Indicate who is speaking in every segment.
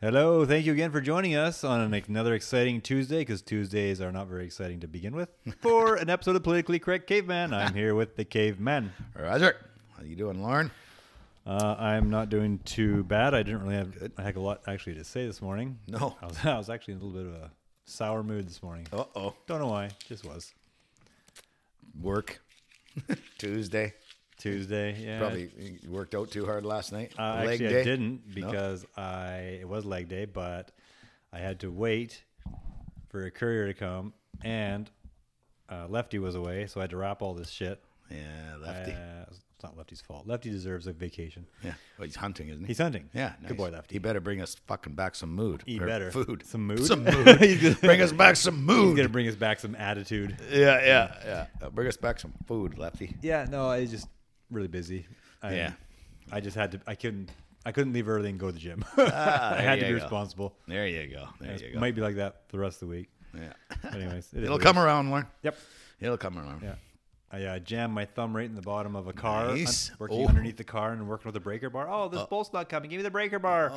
Speaker 1: Hello, thank you again for joining us on another exciting Tuesday, because Tuesdays are not very exciting to begin with. For an episode of Politically Correct Caveman, I'm here with the caveman.
Speaker 2: Roger, how you doing, Lauren?
Speaker 1: Uh, I'm not doing too bad. I didn't really have a heck of a lot actually to say this morning.
Speaker 2: No.
Speaker 1: I was, I was actually in a little bit of a sour mood this morning.
Speaker 2: Uh oh,
Speaker 1: Don't know why, just was.
Speaker 2: work Tuesday.
Speaker 1: Tuesday, yeah.
Speaker 2: Probably you worked out too hard last night.
Speaker 1: Uh,
Speaker 2: Leg
Speaker 1: actually,
Speaker 2: day?
Speaker 1: I didn't because I it was leg day, but I had to wait for a courier to come, and uh, Lefty was away, so I had to wrap all this shit.
Speaker 2: Yeah,
Speaker 1: Uh,
Speaker 2: lefty.
Speaker 1: it's not Lefty's fault. Lefty deserves a vacation.
Speaker 2: yeah, well, he's hunting, isn't he?
Speaker 1: He's hunting.
Speaker 2: yeah, nice.
Speaker 1: good boy, Lefty.
Speaker 2: He better bring us fucking back some mood.
Speaker 1: He
Speaker 2: or
Speaker 1: better
Speaker 2: food.
Speaker 1: some mood.
Speaker 2: Some mood.
Speaker 1: he's gonna,
Speaker 2: bring us back some
Speaker 1: he's
Speaker 2: mood.
Speaker 1: gonna bring us back some attitude.
Speaker 2: yeah, yeah, yeah. Uh, bring us back some food, Lefty.
Speaker 1: Yeah, no, I was just really busy. I,
Speaker 2: Yeah.
Speaker 1: I just had to. I couldn't. I couldn't leave early and go to the gym. I had to
Speaker 2: Ah, there
Speaker 1: be
Speaker 2: you go.
Speaker 1: responsible.
Speaker 2: There you go. There you go.
Speaker 1: Might be like that for the rest of the week.
Speaker 2: yeah.
Speaker 1: Anyways, it is
Speaker 2: It'll
Speaker 1: what it
Speaker 2: come around, Lauren.
Speaker 1: Yep.
Speaker 2: It'll come around.
Speaker 1: Yeah. I uh, jammed my thumb right in the bottom of a car, un-
Speaker 2: Nice.
Speaker 1: working
Speaker 2: Oh. Uh,
Speaker 1: underneath the car and working with the breaker bar. Oh, this bolt's not coming. Give me the breaker bar.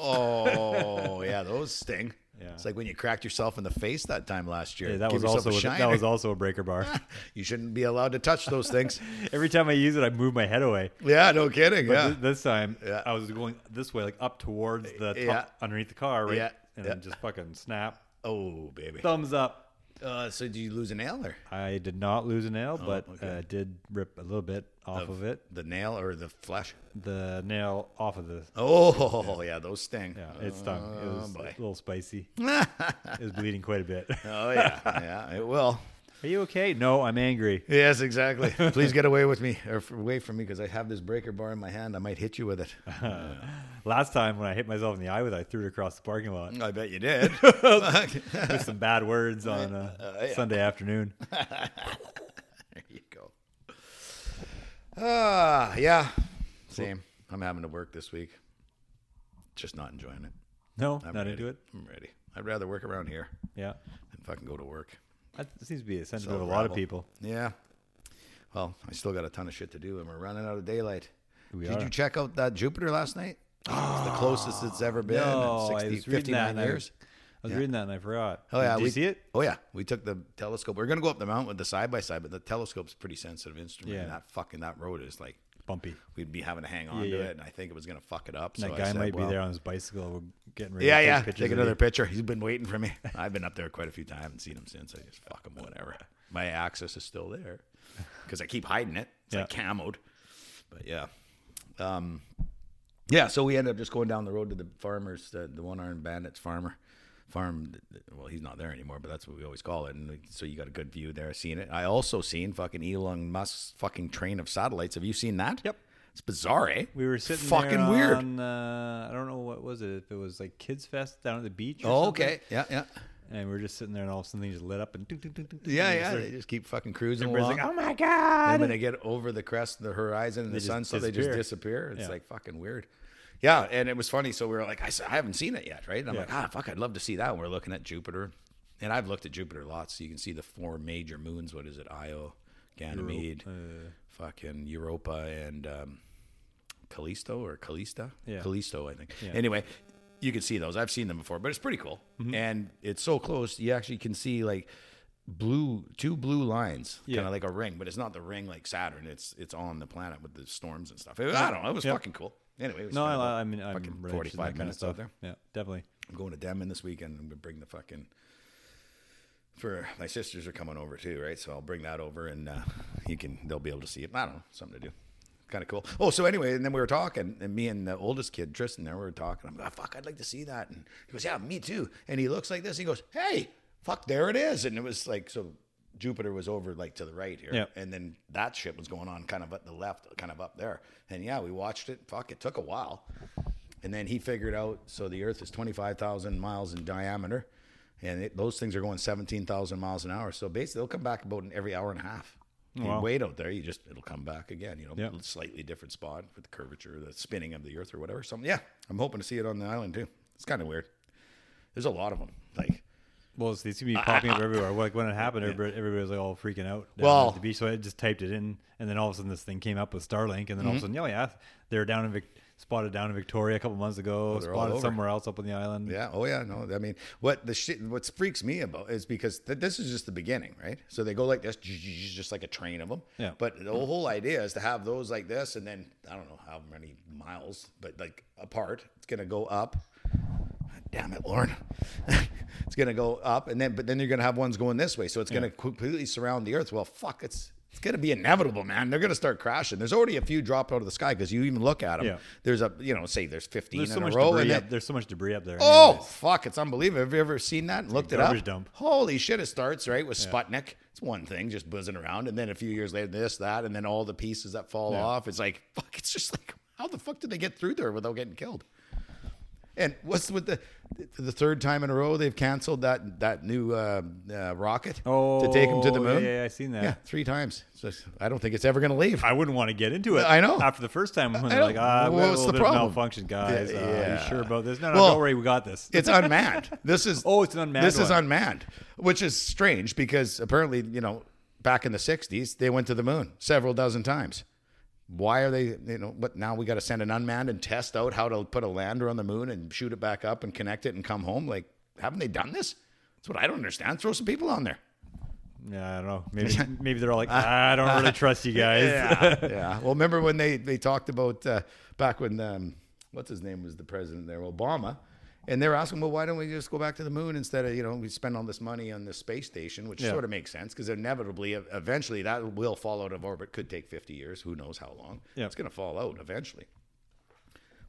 Speaker 2: Oh yeah, those sting.
Speaker 1: Oh. Yeah.
Speaker 2: It's like when you cracked yourself in the face that time last year.
Speaker 1: Yeah, that
Speaker 2: Give
Speaker 1: was
Speaker 2: yourself
Speaker 1: also
Speaker 2: a
Speaker 1: a,
Speaker 2: shiner.
Speaker 1: that was also a breaker bar.
Speaker 2: you shouldn't be allowed to touch those things.
Speaker 1: Every time I use it, I move my head away.
Speaker 2: yeah, no kidding.
Speaker 1: But
Speaker 2: yeah.
Speaker 1: thi- this time,
Speaker 2: Yeah.
Speaker 1: I was going this way, like up towards the top
Speaker 2: Yeah.
Speaker 1: underneath the car, right?
Speaker 2: Yeah.
Speaker 1: And then
Speaker 2: Yeah.
Speaker 1: just fucking snap,
Speaker 2: oh baby.
Speaker 1: thumbs up.
Speaker 2: Uh, so did you lose a nail or
Speaker 1: I did not lose a nail, but
Speaker 2: Oh, okay.
Speaker 1: uh, did rip a little bit off of it.
Speaker 2: the nail or the flesh?
Speaker 1: The nail off of the.
Speaker 2: Oh yeah, those sting.
Speaker 1: Yeah, it stung. It
Speaker 2: Oh,
Speaker 1: was a
Speaker 2: boy.
Speaker 1: little spicy. it was bleeding quite a bit.
Speaker 2: Oh yeah, yeah, it will.
Speaker 1: Are you okay? No, I'm angry.
Speaker 2: Yes, exactly. Please get away with me or f- away from me because I have this breaker bar in my hand. I might hit you with it.
Speaker 1: Last time when I hit myself in the eye with it, I threw it across the parking lot
Speaker 2: I bet you did.
Speaker 1: with some bad words on uh,
Speaker 2: yeah.
Speaker 1: Sunday afternoon.
Speaker 2: There you go. Ah, yeah. Same. I'm having to work this week. Just not enjoying it.
Speaker 1: No,
Speaker 2: I'm
Speaker 1: not
Speaker 2: ready.
Speaker 1: into it.
Speaker 2: I'm ready. I'd rather work around here
Speaker 1: Yeah.
Speaker 2: than fucking go to work.
Speaker 1: That seems to be a sentiment of a lot of
Speaker 2: Self-gravel.
Speaker 1: people.
Speaker 2: Yeah. Well, I still got a ton of shit to do, and we're running out of daylight.
Speaker 1: We
Speaker 2: Did
Speaker 1: are.
Speaker 2: you check out that Jupiter last night? It's the closest it's ever been
Speaker 1: No,
Speaker 2: in
Speaker 1: I
Speaker 2: 60,
Speaker 1: was reading that.
Speaker 2: 59
Speaker 1: and I-
Speaker 2: years.
Speaker 1: I was reading that and I forgot.
Speaker 2: Oh yeah,
Speaker 1: Did
Speaker 2: we
Speaker 1: you see it?
Speaker 2: Oh yeah, we took the telescope. We are gonna go up the mountain with the side by side, but the telescope's a pretty sensitive instrument.
Speaker 1: Yeah.
Speaker 2: And that fucking that road is like
Speaker 1: Bumpy.
Speaker 2: we'd be having to hang on
Speaker 1: Yeah,
Speaker 2: to
Speaker 1: yeah.
Speaker 2: it, and I think it was gonna fuck it up.
Speaker 1: And
Speaker 2: so
Speaker 1: that
Speaker 2: I
Speaker 1: guy
Speaker 2: said,
Speaker 1: might be
Speaker 2: well,
Speaker 1: there on his bicycle getting ready
Speaker 2: Yeah,
Speaker 1: to take
Speaker 2: yeah.
Speaker 1: pictures.
Speaker 2: Take
Speaker 1: of
Speaker 2: another
Speaker 1: you.
Speaker 2: picture. He's been waiting for me. I've been up there quite a few times and seen him since. I just fuck him, whatever. My access is still there because I keep hiding it. It's like camoed. But yeah, um, yeah. So we ended up just going down the road to the farmers, the, the one armed bandits farmer farm. Well, he's not there anymore, but that's what we always call it. And so you got a good view there, seeing it. I also seen fucking Elon Musk's fucking train of satellites. Have you seen that?
Speaker 1: Yep.
Speaker 2: It's bizarre, eh?
Speaker 1: We were sitting
Speaker 2: fucking
Speaker 1: there
Speaker 2: weird.
Speaker 1: on, uh, I don't know what was it. If it was like Kids Fest down at the beach. Or
Speaker 2: Oh,
Speaker 1: something.
Speaker 2: okay. Yeah, yeah.
Speaker 1: And we were just sitting there, and all of a sudden things lit up, and ding, ding, ding, ding, ding,
Speaker 2: Yeah,
Speaker 1: and
Speaker 2: yeah.
Speaker 1: just
Speaker 2: They just keep fucking cruising
Speaker 1: Everybody's
Speaker 2: along.
Speaker 1: like, "Oh my god!"
Speaker 2: and when they get over the crest of the horizon and the
Speaker 1: just
Speaker 2: sun, so they just disappear. It's like fucking weird. Yeah, and it was funny. So we were like, I, s- I haven't seen it yet, right? And I'm like, ah, fuck, I'd love to see that. And we're looking at Jupiter, and I've looked at Jupiter lots. So you can see the four major moons. What is it? Io, Ganymede, fucking Europa, and um, Callisto or Callista?
Speaker 1: Yeah. Mm-hmm.
Speaker 2: Callisto, I think. Anyway, you can see those. I've seen them before, but it's pretty cool. And it's so close, you actually can see like blue two blue lines kind
Speaker 1: Yeah.
Speaker 2: of like a ring but it's not the ring like saturn it's it's on the planet with the storms and stuff i don't know it was
Speaker 1: Yeah.
Speaker 2: fucking cool anyway it was
Speaker 1: No,
Speaker 2: fun.
Speaker 1: I, I mean, I'm
Speaker 2: fucking
Speaker 1: really 45
Speaker 2: 45
Speaker 1: that kind of
Speaker 2: minutes out
Speaker 1: stuff.
Speaker 2: there.
Speaker 1: Yeah, definitely.
Speaker 2: i'm going to denman this weekend and we bring the fucking for my sisters are coming over too right so i'll bring that over and uh, you can they'll be able to see it i don't know something to do kind of cool oh so anyway and then we were talking and me and the oldest kid tristan there we were talking i'm like "Ah, fuck i'd like to see that and he goes yeah me too and he looks like this he goes hey fuck there it is and it was like so jupiter was over like to the right here
Speaker 1: Yeah.
Speaker 2: and then that shit was going on kind of at the left kind of up there and yeah we watched it fuck it took a while and then he figured out so the earth is 25000 miles in diameter and it, those things are going 17,000 miles an hour. So basically, they'll come back about in every hour and a half. You
Speaker 1: Wow.
Speaker 2: wait out there, you just it'll come back again. You know,
Speaker 1: Yeah.
Speaker 2: slightly different spot with the curvature, the spinning of the Earth, or whatever. Something. Yeah, I'm hoping to see it on the island too. It's kind of weird. There's a lot of them. Like,
Speaker 1: Well, it's, it's gonna be popping up everywhere. Like when it happened, everybody, everybody was like all freaking out. down
Speaker 2: Well-
Speaker 1: at
Speaker 2: Mm-hmm.
Speaker 1: the beach. So I just typed it in, and then all of a sudden this thing came up with Starlink, and then all of a sudden, oh yeah, they're down in Vic- spotted down in Victoria a couple months ago.
Speaker 2: Oh, they're all
Speaker 1: spotted
Speaker 2: over.
Speaker 1: somewhere else up on the island.
Speaker 2: Yeah. Oh yeah. No. I mean, what the shit? What freaks me about is because th- this is just the beginning, right? So they go like this, just like a train of them.
Speaker 1: Yeah.
Speaker 2: But the whole idea is to have those like this, and then I don't know how many miles, but like apart, it's gonna go up. Damn it, Lauren. it's gonna go up, and then but then you're gonna have ones going this way, so it's gonna completely surround the Earth. Well, fuck, it's. It's gonna be inevitable, man. They're gonna start crashing. There's already a few dropped out of the sky because you even look at them.
Speaker 1: Yeah.
Speaker 2: There's a, you know, say there's 15
Speaker 1: There's
Speaker 2: in
Speaker 1: so
Speaker 2: a
Speaker 1: much
Speaker 2: row,
Speaker 1: debris.
Speaker 2: and
Speaker 1: Up,
Speaker 2: then-
Speaker 1: there's so much debris up there.
Speaker 2: Oh
Speaker 1: anyways.
Speaker 2: fuck, it's unbelievable. Have you ever seen that and looked it
Speaker 1: garbage
Speaker 2: up?
Speaker 1: dump.
Speaker 2: Holy shit, it starts right with Sputnik. It's one thing, just buzzing around, and then a few years later, this, that, and then all the pieces that fall off. It's like fuck. It's just like how the fuck did they get through there without getting killed? And what's with the the third time in a row they've canceled that that new uh, uh, rocket to take them to the
Speaker 1: Oh, yeah,
Speaker 2: moon?
Speaker 1: yeah, I seen that.
Speaker 2: Yeah, three times. It's just- I don't think it's ever going to leave.
Speaker 1: I wouldn't want to get into it.
Speaker 2: I know.
Speaker 1: After the first time, when
Speaker 2: I
Speaker 1: they're
Speaker 2: know.
Speaker 1: like, "Ah, we
Speaker 2: Well,
Speaker 1: had a
Speaker 2: what's
Speaker 1: little
Speaker 2: the
Speaker 1: bit of
Speaker 2: problem?
Speaker 1: malfunction, guys.
Speaker 2: Yeah,
Speaker 1: Uh, Are
Speaker 2: yeah.
Speaker 1: you sure about this? No, no,
Speaker 2: Well,
Speaker 1: don't worry, we got this."
Speaker 2: It's unmanned. This is
Speaker 1: Oh, it's an unmanned
Speaker 2: This is
Speaker 1: one.
Speaker 2: unmanned, which is strange because apparently you know back in the '60s they went to the moon several dozen times. Why are they? You know, but now we got to send an unmanned and test out how to put a lander on the moon and shoot it back up and connect it and come home. Like, haven't they done this? That's what I don't understand. Throw some people on there.
Speaker 1: yeah, I don't know. Maybe maybe they're all like, "I don't really trust you guys."
Speaker 2: Uh, Yeah, yeah. Well, remember when they they talked about uh, back when um, what's his name was the president there, Obama, and they were asking, well, why don't we just go back to the moon instead of you know we spend all this money on this space station, which
Speaker 1: Yeah.
Speaker 2: sort of makes sense because inevitably, ev- eventually, that will fall out of orbit. Could take fifty years. Who knows how long?
Speaker 1: Yeah.
Speaker 2: It's going to fall out eventually.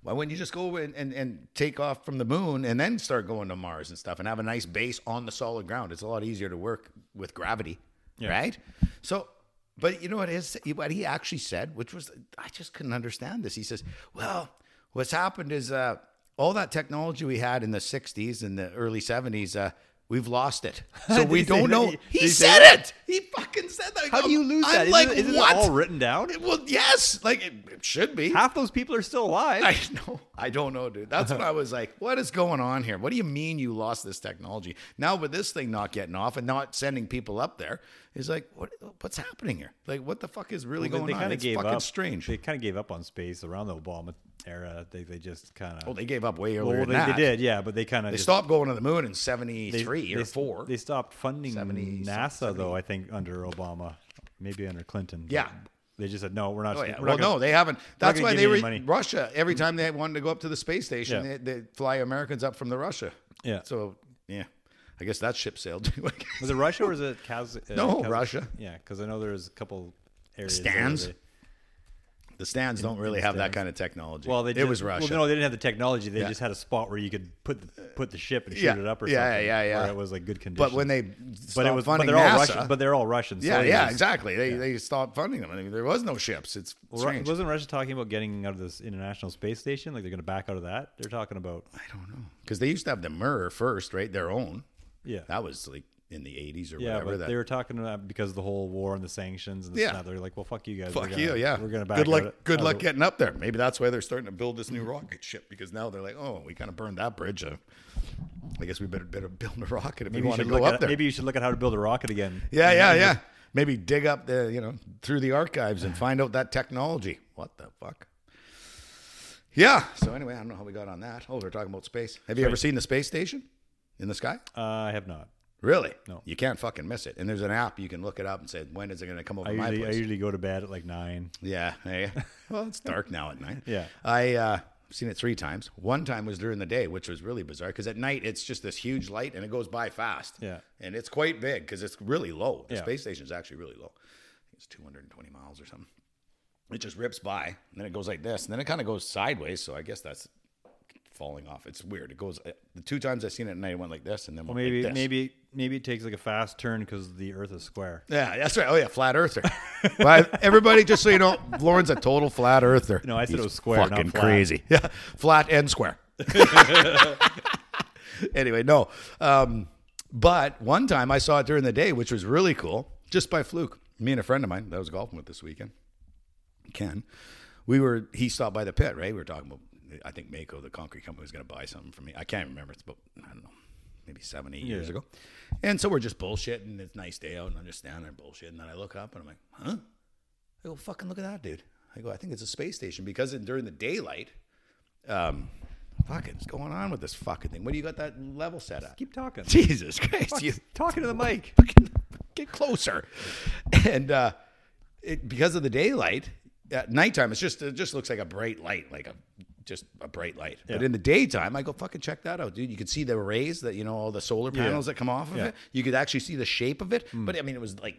Speaker 2: Why wouldn't you just go and, and, and take off from the moon and then start going to Mars and stuff and have a nice base on the solid ground? It's a lot easier to work with gravity, right? So, but you know what is what he actually said, which was I just couldn't understand this. He says, "Well, what's happened is uh, all that technology we had in the '60s and the early '70s, uh, we've lost it. So
Speaker 1: Did
Speaker 2: we
Speaker 1: he say
Speaker 2: don't
Speaker 1: that?
Speaker 2: know."
Speaker 1: Did
Speaker 2: He,
Speaker 1: he say
Speaker 2: said
Speaker 1: that?
Speaker 2: it. He fucking said that.
Speaker 1: How do you lose
Speaker 2: I'm
Speaker 1: that? Isn't
Speaker 2: like,
Speaker 1: it- isn't
Speaker 2: what?
Speaker 1: it all written down?
Speaker 2: well, yes, like it, it should be.
Speaker 1: Half those people are still alive.
Speaker 2: I know. I don't know, dude. That's when I was like, what is going on here? What do you mean you lost this technology? Now with this thing not getting off and not sending people up there, it's like, what what's happening here? Like what the fuck is really
Speaker 1: They-
Speaker 2: going
Speaker 1: they
Speaker 2: on?
Speaker 1: kind of
Speaker 2: It's
Speaker 1: gave
Speaker 2: fucking
Speaker 1: up.
Speaker 2: strange.
Speaker 1: They kind of gave up on space around the Obama era. They they just kind of
Speaker 2: well, they gave up way earlier
Speaker 1: well,
Speaker 2: than
Speaker 1: they,
Speaker 2: that.
Speaker 1: they did, yeah, but they kind of
Speaker 2: They stopped going to the moon in 73 or
Speaker 1: they,
Speaker 2: 4.
Speaker 1: They stopped funding
Speaker 2: 70,
Speaker 1: NASA though. I think under Obama, maybe under Clinton. but
Speaker 2: Yeah.
Speaker 1: they just said no. We're not.
Speaker 2: Oh, yeah.
Speaker 1: we're
Speaker 2: Well,
Speaker 1: not gonna-
Speaker 2: no, they haven't. That's
Speaker 1: gonna
Speaker 2: why
Speaker 1: give
Speaker 2: they
Speaker 1: you
Speaker 2: were
Speaker 1: any money.
Speaker 2: Russia. Every time they wanted to go up to the space station,
Speaker 1: Yeah.
Speaker 2: they, they fly Americans up from the Russia.
Speaker 1: Yeah.
Speaker 2: So yeah, I guess that ship sailed too. I guess.
Speaker 1: Was it Russia or was it Kaz? Uh,
Speaker 2: No,
Speaker 1: Kaz-
Speaker 2: Russia.
Speaker 1: Yeah, because I know there was a couple areas. there
Speaker 2: Stands?
Speaker 1: that-
Speaker 2: The stands don't really have that kind of technology.
Speaker 1: well, they
Speaker 2: it was
Speaker 1: didn't-
Speaker 2: Russia.
Speaker 1: Well, no, they didn't have the technology. They
Speaker 2: Yeah.
Speaker 1: just had a spot where you could put the, put the ship and shoot
Speaker 2: Yeah.
Speaker 1: it up or
Speaker 2: Yeah,
Speaker 1: something.
Speaker 2: yeah, yeah.
Speaker 1: Where it was like good condition.
Speaker 2: but when they
Speaker 1: but it was but
Speaker 2: funding
Speaker 1: they're
Speaker 2: NASA,
Speaker 1: all Russian. But they're all Russian.
Speaker 2: yeah,
Speaker 1: so
Speaker 2: yeah,
Speaker 1: anyways.
Speaker 2: exactly. They they stopped funding them. I mean, there was no ships. It's
Speaker 1: Well, Ru-
Speaker 2: strange.
Speaker 1: wasn't Russia talking about getting out of this international space station? Like they're going to back out of that? They're talking about
Speaker 2: I don't know because they used to have the Mir first, right? Their own.
Speaker 1: yeah,
Speaker 2: That was like in the eighties or
Speaker 1: yeah.
Speaker 2: whatever.
Speaker 1: but
Speaker 2: that
Speaker 1: they were talking about because of the whole war and the sanctions and this
Speaker 2: Yeah.
Speaker 1: and that. They're like, well, fuck you guys. we're
Speaker 2: Fuck
Speaker 1: gonna,
Speaker 2: you, yeah.
Speaker 1: We're going to back
Speaker 2: good luck.
Speaker 1: out of- Oh,
Speaker 2: good
Speaker 1: out
Speaker 2: luck
Speaker 1: of the-
Speaker 2: getting up there. Maybe that's why they're starting to build this new rocket ship because now they're like, oh, we kind of burned that bridge. Uh, I guess we better better build a rocket if we
Speaker 1: Maybe you,
Speaker 2: want to
Speaker 1: should
Speaker 2: go
Speaker 1: look
Speaker 2: up
Speaker 1: at,
Speaker 2: there.
Speaker 1: maybe you should look at how to build a rocket again.
Speaker 2: yeah, yeah, yeah. Maybe dig up the you know through the archives and find out that technology. What the fuck? Yeah. So anyway, I don't know how we got on that. Oh, we're talking about space. Have you ever seen the space station in the sky?
Speaker 1: Uh, I have not.
Speaker 2: Really?
Speaker 1: No.
Speaker 2: You can't fucking miss it. And there's an app you can look it up and say when is it going to come over
Speaker 1: I
Speaker 2: my
Speaker 1: usually, I
Speaker 2: place?
Speaker 1: usually go to bed at like nine.
Speaker 2: Yeah. Hey. Well, it's dark now at night.
Speaker 1: Yeah.
Speaker 2: I uh, I've seen it three times. One time was during the day, which was really bizarre because at night it's just this huge light and it goes by fast.
Speaker 1: Yeah.
Speaker 2: And it's quite big because it's really low. The
Speaker 1: Yeah.
Speaker 2: space station is actually really low. I think it's 220 miles or something. It just rips by and then it goes like this and then it kind of goes sideways. So I guess that's falling off. It's weird. It goes uh, the two times I've seen it at night, it went like this and then
Speaker 1: Well,
Speaker 2: went like
Speaker 1: maybe
Speaker 2: this.
Speaker 1: maybe maybe it takes like a fast turn because the Earth is square.
Speaker 2: Yeah, that's right. Oh yeah, flat earther. but everybody, just so you know, Lauren's a total flat earther.
Speaker 1: No, I said
Speaker 2: He's
Speaker 1: it was square, not
Speaker 2: Fucking
Speaker 1: flat.
Speaker 2: crazy. Yeah, flat and square. anyway, no. Um, but one time I saw it during the day, which was really cool, just by fluke. Me and a friend of mine that I was golfing with this weekend, Ken, we were. He stopped by the pit, right? We were talking about. I think Mako, the concrete company, was going to buy something from me. I can't remember. It's about I don't know, maybe seven, eight years ago. And so we're just bullshitting. It's a nice day out, and I'm just standing there bullshitting. And then I look up, and I'm like, huh? I go, fucking look at that, dude. I go, I think it's a space station because in, during the daylight, Um, fucking, what's going on with this fucking thing? What do you got that level set at?
Speaker 1: Keep talking.
Speaker 2: Jesus Christ!
Speaker 1: Fuck,
Speaker 2: You
Speaker 1: talking to the mic.
Speaker 2: fucking get closer. And uh, it, because of the daylight, at nighttime, it's just it just looks like a bright light, like a just a bright light. But
Speaker 1: Yeah.
Speaker 2: in the daytime, I go fucking check that out, dude. You could see the rays that you know all the solar panels that come off of
Speaker 1: Yeah. Mm.
Speaker 2: it. You could actually see the shape of it. But I mean, it was like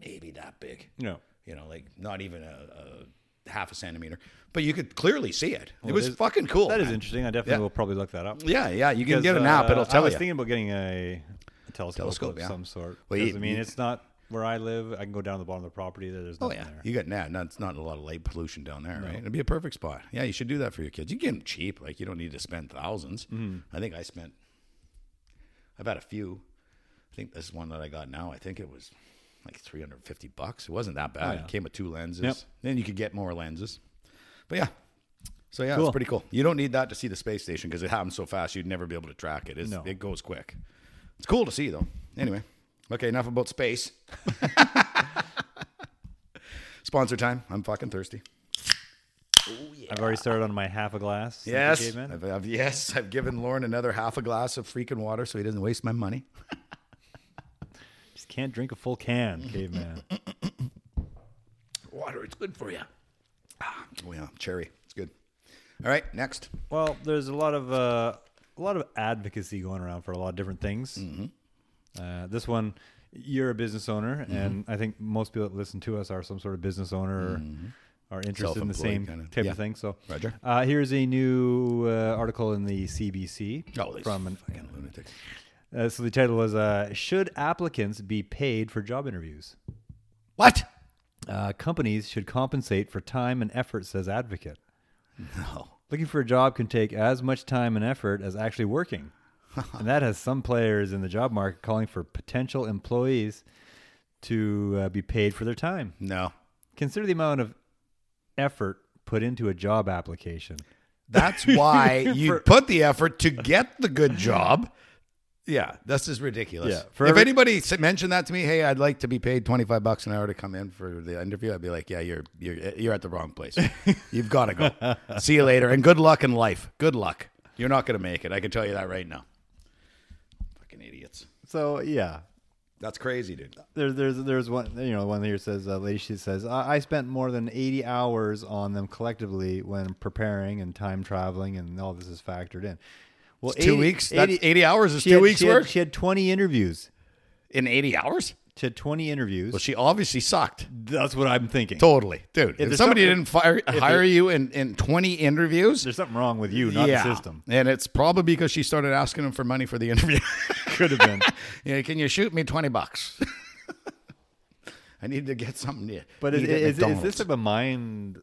Speaker 2: maybe that big.
Speaker 1: No.
Speaker 2: You know, like not even a, a half a centimeter, but you could clearly see it. it was
Speaker 1: that is-
Speaker 2: fucking cool.
Speaker 1: That is
Speaker 2: man.
Speaker 1: interesting. I definitely
Speaker 2: Yeah.
Speaker 1: will probably look that up.
Speaker 2: Yeah, yeah. You can
Speaker 1: Because,
Speaker 2: get an app;
Speaker 1: uh,
Speaker 2: it'll tell
Speaker 1: I was
Speaker 2: you.
Speaker 1: thinking about getting a, a telescope,
Speaker 2: Telescope,
Speaker 1: of
Speaker 2: yeah.
Speaker 1: some sort.
Speaker 2: Well,
Speaker 1: 'Cause,
Speaker 2: you-
Speaker 1: I mean,
Speaker 2: you-
Speaker 1: it's not where I live. I can go down to the bottom of the property. There, there's
Speaker 2: Oh
Speaker 1: nothing
Speaker 2: yeah,
Speaker 1: there.
Speaker 2: you got nah, no, it's not a lot of light pollution down there, right? It'd be a perfect spot. Yeah, you should do that for your kids. You can get them cheap; like you don't need to spend 1000s
Speaker 1: Mm-hmm.
Speaker 2: I think I spent. I've had a few. I think this one that I got now. I think it was like three hundred fifty bucks. It wasn't that bad.
Speaker 1: Oh, yeah.
Speaker 2: It came with two lenses.
Speaker 1: Yep.
Speaker 2: Then you could get more lenses. But yeah. So yeah,
Speaker 1: Cool.
Speaker 2: it's pretty cool. You don't need that to see the space station because it happens so fast you'd never be able to track it. It's,
Speaker 1: No.
Speaker 2: It goes quick. It's cool to see though. Anyway, okay, enough about space. Sponsor time. I'm fucking thirsty.
Speaker 1: I've already started on my half a glass. that you
Speaker 2: Yes.
Speaker 1: gave me.
Speaker 2: I've, I've- yes. I've given Lauren another half a glass of freaking water so he doesn't waste my money.
Speaker 1: Just can't drink a full can, caveman.
Speaker 2: Water, it's good for you. Ah, oh, yeah. Cherry. It's good. All right. Next.
Speaker 1: Well, there's a lot of uh, a lot of advocacy going around for a lot of different things.
Speaker 2: Mm-hmm.
Speaker 1: Uh, this one, you're a business owner,
Speaker 2: Mm-hmm.
Speaker 1: and I think most people that listen to us are some sort of business owner or are interested in
Speaker 2: Mm-hmm.
Speaker 1: the
Speaker 2: Self-employed
Speaker 1: same
Speaker 2: kinda.
Speaker 1: type
Speaker 2: Yeah.
Speaker 1: of thing. So,
Speaker 2: Roger.
Speaker 1: Uh, here's a new uh, article in the CBC
Speaker 2: Oh,
Speaker 1: from an,
Speaker 2: fucking lunatic.
Speaker 1: uh, so the title was uh, "Should applicants be paid for job interviews?"
Speaker 2: What?
Speaker 1: Uh, companies should compensate for time and effort, says advocate.
Speaker 2: No.
Speaker 1: Looking for a job can take as much time and effort as actually working. and that has some players in the job market calling for potential employees to uh, be paid for their time.
Speaker 2: No.
Speaker 1: Consider the amount of effort put into a job application.
Speaker 2: That's why you put the effort to get the good job. Yeah, this is ridiculous.
Speaker 1: Yeah, for
Speaker 2: if
Speaker 1: every-
Speaker 2: anybody s- mentioned that to me, hey, I'd like to be paid twenty five bucks an hour to come in for the interview, I'd be like, yeah, you're you're you're at the wrong place. You've got to go. See you later, and good luck in life. Good luck. You're not going to make it. I can tell you that right now. Fucking idiots.
Speaker 1: So, yeah.
Speaker 2: That's crazy, dude.
Speaker 1: There's, there's, there's one, you know, one here says, uh, lady, she says, I, I spent more than 80 hours on them collectively when preparing and time traveling and all this is factored in. Well,
Speaker 2: It's two
Speaker 1: 80
Speaker 2: weeks. That's 80, hours is
Speaker 1: she
Speaker 2: two
Speaker 1: had-
Speaker 2: weeks
Speaker 1: she had-
Speaker 2: worth
Speaker 1: she had 20 interviews.
Speaker 2: in eighty hours.
Speaker 1: She had 20 interviews.
Speaker 2: Well, she obviously sucked.
Speaker 1: That's what I'm thinking.
Speaker 2: Totally, dude. If,
Speaker 1: there's
Speaker 2: somebody didn't
Speaker 1: something-
Speaker 2: fire, hire you in, in twenty interviews,
Speaker 1: There's something wrong with you, not the system.
Speaker 2: And it's probably because she started asking him for money for the interview.
Speaker 1: Could have been.
Speaker 2: yeah, can you shoot me 20 bucks? I need to get something to
Speaker 1: But
Speaker 2: eat
Speaker 1: is,
Speaker 2: at
Speaker 1: is, is
Speaker 2: McDonald's.
Speaker 1: this type of mind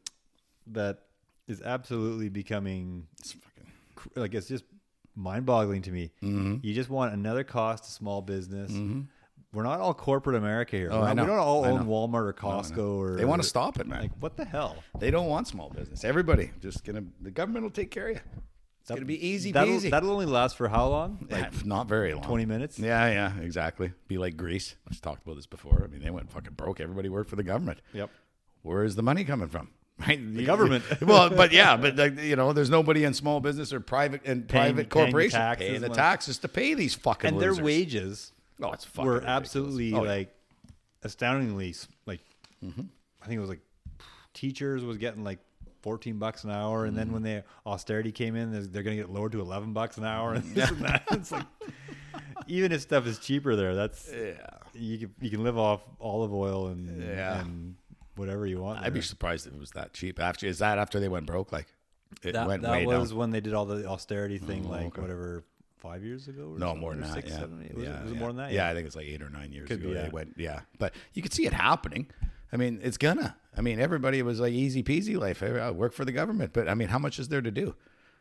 Speaker 1: that is absolutely becoming
Speaker 2: It's fucking-
Speaker 1: cr- like it's just mind-boggling to me.
Speaker 2: Mm-hmm.
Speaker 1: You just want another cost to small business. We're not all corporate America here. We're
Speaker 2: Oh, I
Speaker 1: not-
Speaker 2: know.
Speaker 1: We don't all
Speaker 2: I
Speaker 1: own
Speaker 2: know.
Speaker 1: Walmart or Costco or
Speaker 2: They want to stop it, man.
Speaker 1: Like what the hell?
Speaker 2: they don't want small business. Everybody just gonna the government will take care of you. It's gonna be easy
Speaker 1: That'll,
Speaker 2: peasy.
Speaker 1: that'll only last for how long? Like
Speaker 2: not very long.
Speaker 1: 20 minutes?
Speaker 2: Yeah, yeah, exactly. Be like Greece. I've talked about this before. I mean, they went fucking broke. Everybody worked for the government.
Speaker 1: Yep.
Speaker 2: Where is the money coming from? Right, the
Speaker 1: government.
Speaker 2: well, but yeah, but like, you know, there's nobody in small business or private and
Speaker 1: Paying- paying
Speaker 2: private
Speaker 1: the
Speaker 2: corporations
Speaker 1: taxes
Speaker 2: paying the
Speaker 1: when-
Speaker 2: taxes to pay these fucking
Speaker 1: And
Speaker 2: losers.
Speaker 1: their wages
Speaker 2: Oh, it's fucking
Speaker 1: were
Speaker 2: ridiculous.
Speaker 1: absolutely
Speaker 2: Oh, yeah. Mm-hmm.
Speaker 1: like astoundingly s- like I think it was like teachers was getting like 14 bucks an hour and then
Speaker 2: Mm-hmm.
Speaker 1: when the austerity came in they're, they're going to get lowered to 11 bucks an hour and this and that it's like even if stuff is cheaper there that's
Speaker 2: Yeah.
Speaker 1: you can you can live off olive oil and
Speaker 2: Yeah.
Speaker 1: and whatever you want
Speaker 2: I'd be
Speaker 1: there.
Speaker 2: surprised if it was that cheap. After is that after they went broke? Like it
Speaker 1: that,
Speaker 2: went
Speaker 1: that
Speaker 2: way
Speaker 1: was
Speaker 2: down. Oh,
Speaker 1: when they did all the austerity thing like whatever 5 years ago or
Speaker 2: No,
Speaker 1: something,
Speaker 2: more than
Speaker 1: or
Speaker 2: that.
Speaker 1: six,
Speaker 2: yeah.
Speaker 1: seven, eight. was,
Speaker 2: yeah,
Speaker 1: it, was it
Speaker 2: yeah.
Speaker 1: more than that
Speaker 2: Yeah, I think it's like eight or nine years
Speaker 1: Could
Speaker 2: ago.
Speaker 1: be,
Speaker 2: they
Speaker 1: yeah.
Speaker 2: went. Yeah, but you could see it happening. I mean, it's gonna. I mean, everybody was like easy peasy life. Hey, I work for the government, but I mean, how much is there to do?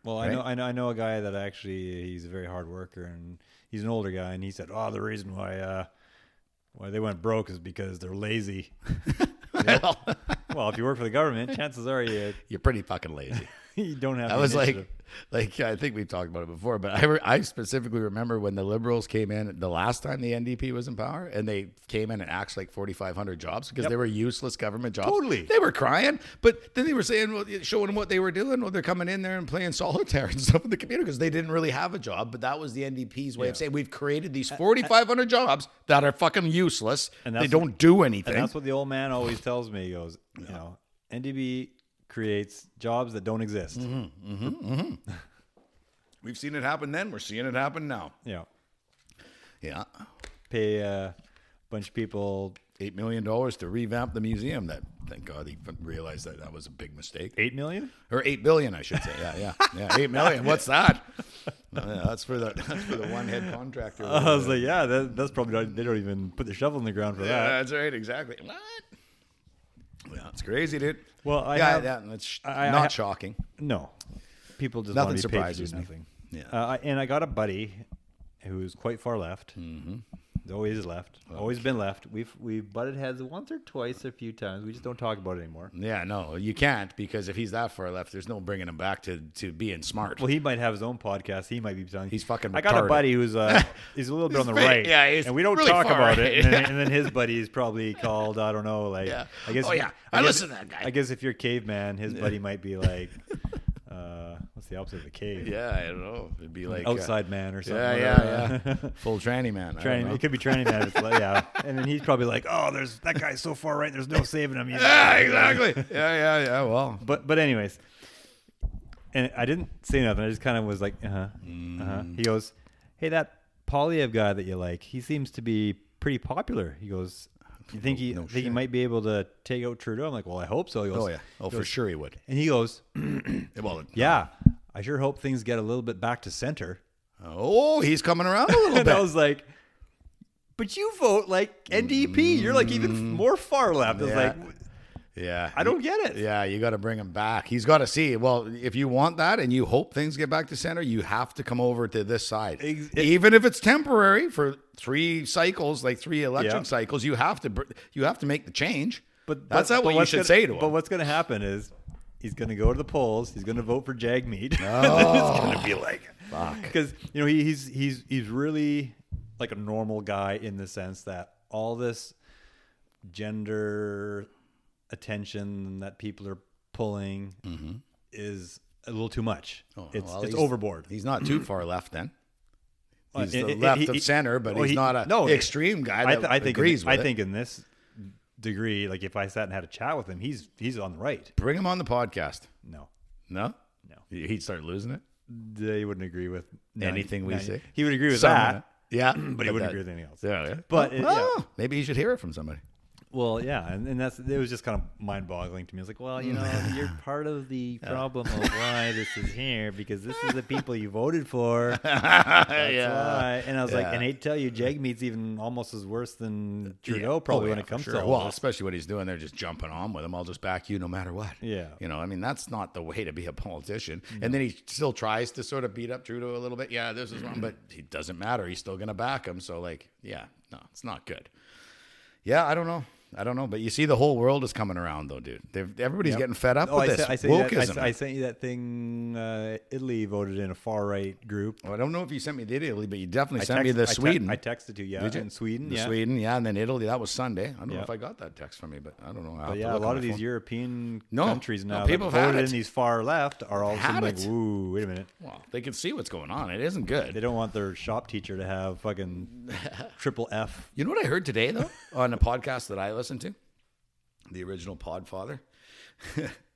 Speaker 1: Well, I know, I know, I know a guy that actually he's a very hard worker, and he's an older guy, and he said, "Oh, the reason why uh, why they went broke is because they're lazy." well, if you work for the government, chances are you
Speaker 2: You're pretty fucking lazy.
Speaker 1: you don't have.
Speaker 2: I
Speaker 1: the
Speaker 2: was like,
Speaker 1: initiative.
Speaker 2: like I think we've talked about it before, but I, re- I specifically remember when the Liberals came in the last time the NDP was in power, and they came in and axed like 4,500 jobs because they were useless government jobs.
Speaker 1: Totally.
Speaker 2: they were crying, but then they were saying, well, showing what they were doing. Well, they're coming in there and playing solitaire and stuff on the computer because they didn't really have a job. But that was the NDP's way of saying we've created these 4,500 jobs that are fucking useless.
Speaker 1: And
Speaker 2: they
Speaker 1: that's-
Speaker 2: don't do
Speaker 1: and
Speaker 2: anything.
Speaker 1: that's what the old man always tells me. He goes, you know, NDB creates jobs that don't exist.
Speaker 2: Mm-hmm. We've seen it happen then. We're seeing it happen now.
Speaker 1: You know,
Speaker 2: Yeah.
Speaker 1: pay uh, a bunch of people
Speaker 2: eight million dollars to revamp the museum. That thank God he f- realized that that was a big mistake,
Speaker 1: eight million.
Speaker 2: or eight billion, I should say. Yeah, yeah, yeah. Eight million. What's that? Yeah, that's for the that's for the one head contractor.
Speaker 1: I was like, yeah, that, that's probably not, they don't even put the shovel in the ground for
Speaker 2: yeah,
Speaker 1: that.
Speaker 2: that's right. Exactly. What? Yeah, it's crazy, dude.
Speaker 1: Well, I
Speaker 2: yeah,
Speaker 1: have-
Speaker 2: yeah, that's sh-
Speaker 1: I- I
Speaker 2: not
Speaker 1: have-
Speaker 2: shocking.
Speaker 1: No, people just
Speaker 2: Nothing
Speaker 1: want to be paid to do
Speaker 2: surprises me.
Speaker 1: nothing.
Speaker 2: Yeah.
Speaker 1: Uh, I- and I got a buddy who's quite far left. Mm-hmm. He's always left. Always been left. We've we've butted heads once or twice, a few times. We just don't talk about it anymore.
Speaker 2: Yeah, no, you can't because if he's that far left, there's no bringing him back to to being smart.
Speaker 1: Well, he might have his own podcast. He might be telling.
Speaker 2: He's fucking
Speaker 1: I got
Speaker 2: retarded.
Speaker 1: a buddy who's uh, he's a little bit on the
Speaker 2: fake.
Speaker 1: right.
Speaker 2: Yeah, he's
Speaker 1: and we don't
Speaker 2: really
Speaker 1: talk
Speaker 2: far
Speaker 1: about
Speaker 2: right.
Speaker 1: it. And then, and then his buddy is probably called. I don't know. Like,
Speaker 2: Yeah.
Speaker 1: I guess.
Speaker 2: Oh, yeah. I
Speaker 1: guess-
Speaker 2: listen to that guy.
Speaker 1: I guess if you're caveman, his buddy might be like, uh, what's the opposite of a cave?
Speaker 2: yeah, I don't know. It'd be like uh,
Speaker 1: Outside man or something.
Speaker 2: yeah, yeah, yeah. Full tranny man. I don't
Speaker 1: Training,
Speaker 2: know.
Speaker 1: it could be training man. It's like, yeah, and then he's probably like, "Oh, there's that guy's so far right. There's no saving him." He's-
Speaker 2: Yeah, exactly. yeah, yeah, yeah. Well,
Speaker 1: But but anyways, and I didn't say nothing. I just kind of was like, uh huh, uh huh.
Speaker 2: Mm.
Speaker 1: He goes, "Hey, that Polyev guy that you like, he seems to be pretty popular." He goes, "You think he think he
Speaker 2: Oh, shit.
Speaker 1: might be able to take out Trudeau?" I'm like, "Well, I hope so." He goes,
Speaker 2: oh yeah. Oh, for sure he would.
Speaker 1: And he goes,
Speaker 2: Well,
Speaker 1: "Yeah, I sure hope things get a little bit back to center."
Speaker 2: oh, he's coming around a little
Speaker 1: and I
Speaker 2: bit.
Speaker 1: was like, "But you vote like NDP. You're like even more far left." It's
Speaker 2: Mm. Yeah.
Speaker 1: like
Speaker 2: Yeah.
Speaker 1: I don't get it.
Speaker 2: Yeah, you got to bring him back. He's got to see. Well, if you want that and you hope things get back to center, you have to come over to this side.
Speaker 1: Ex-
Speaker 2: Even if it's temporary for three cycles, like three election
Speaker 1: Yeah.
Speaker 2: cycles, you have to br- you have to make the change.
Speaker 1: But
Speaker 2: that's
Speaker 1: but-
Speaker 2: not
Speaker 1: but
Speaker 2: what you
Speaker 1: what's
Speaker 2: should
Speaker 1: gonna-
Speaker 2: say to him.
Speaker 1: But what's going to happen is he's going to go to the polls. He's going to vote for Jagmeet.
Speaker 2: Oh.
Speaker 1: it's going to be like because you know he, he's he's he's really like a normal guy in the sense that all this gender attention that people are pulling is a little too much. it's
Speaker 2: Mm-hmm. Oh, well,
Speaker 1: it's
Speaker 2: he's-
Speaker 1: overboard.
Speaker 2: He's not too far left then.
Speaker 1: Well,
Speaker 2: He's
Speaker 1: it-
Speaker 2: the
Speaker 1: it-
Speaker 2: left
Speaker 1: he-
Speaker 2: of
Speaker 1: he-
Speaker 2: center, but
Speaker 1: well,
Speaker 2: he's
Speaker 1: he-
Speaker 2: not an
Speaker 1: no,
Speaker 2: extreme guy
Speaker 1: I,
Speaker 2: that
Speaker 1: th- I think
Speaker 2: agrees with
Speaker 1: I
Speaker 2: it.
Speaker 1: think in this degree, like if I sat and had a chat with him, he's he's on the right.
Speaker 2: Bring him on the podcast.
Speaker 1: No.
Speaker 2: No?
Speaker 1: No.
Speaker 2: He'd start losing it?
Speaker 1: They wouldn't agree with ninety-
Speaker 2: Anything we
Speaker 1: ninety-
Speaker 2: say?
Speaker 1: He would agree with
Speaker 2: Some of
Speaker 1: that,
Speaker 2: it. Yeah. but
Speaker 1: uh, but he wouldn't agree with anything else.
Speaker 2: Yeah, yeah.
Speaker 1: But it-
Speaker 2: Oh,
Speaker 1: yeah.
Speaker 2: maybe you should hear it from somebody.
Speaker 1: Well, yeah, and, and that's it was just kind of mind boggling to me. I was like, well, you know, you're part of the problem of why this is here because this is the people you voted for. That's uh, why. And I was like,
Speaker 2: Yeah.
Speaker 1: and I tell you, Jagmeet's even almost as worse than Trudeau
Speaker 2: Oh,
Speaker 1: probably when
Speaker 2: yeah,
Speaker 1: it
Speaker 2: for
Speaker 1: comes
Speaker 2: sure.
Speaker 1: to all
Speaker 2: well,
Speaker 1: this.
Speaker 2: especially what he's doing. They're just jumping on with him. I'll just back you no matter what.
Speaker 1: Yeah.
Speaker 2: You know, I mean, that's not the way to be a politician. And then he still tries to sort of beat up Trudeau a little bit. Yeah, this is wrong, but it doesn't matter. He's still going to back him. So, like, yeah, no, it's not good. Yeah, I don't know. I don't know, but you see, the whole world is coming around, though, dude. They've, everybody's getting fed up
Speaker 1: Oh, I,
Speaker 2: with
Speaker 1: sa-
Speaker 2: this
Speaker 1: I, say that, I,
Speaker 2: wokeism.
Speaker 1: sa- I sent you that thing. Uh, Italy voted in a far right group.
Speaker 2: Well, I don't know if you sent me the Italy, but you definitely
Speaker 1: I
Speaker 2: sent me
Speaker 1: text-
Speaker 2: the
Speaker 1: I te-
Speaker 2: Sweden.
Speaker 1: I texted you, yeah,
Speaker 2: Did you?
Speaker 1: in Sweden.
Speaker 2: The
Speaker 1: yeah.
Speaker 2: Sweden, yeah, and then Italy. That was Sunday. I don't know
Speaker 1: Yeah.
Speaker 2: if I got that text from you, but I don't know. I'll have
Speaker 1: But
Speaker 2: to
Speaker 1: yeah, a
Speaker 2: look on
Speaker 1: lot
Speaker 2: my
Speaker 1: of these
Speaker 2: phone.
Speaker 1: European
Speaker 2: No,
Speaker 1: countries
Speaker 2: no,
Speaker 1: now
Speaker 2: people
Speaker 1: that
Speaker 2: have had
Speaker 1: voted in
Speaker 2: it.
Speaker 1: these far left are all of a sudden
Speaker 2: Had
Speaker 1: like,
Speaker 2: it.
Speaker 1: "Ooh, wait a minute."
Speaker 2: Well, they can see what's going on. It isn't good.
Speaker 1: They don't want their shop teacher to have fucking triple F.
Speaker 2: You know what I heard today though on a podcast that I listened to, the original Podfather.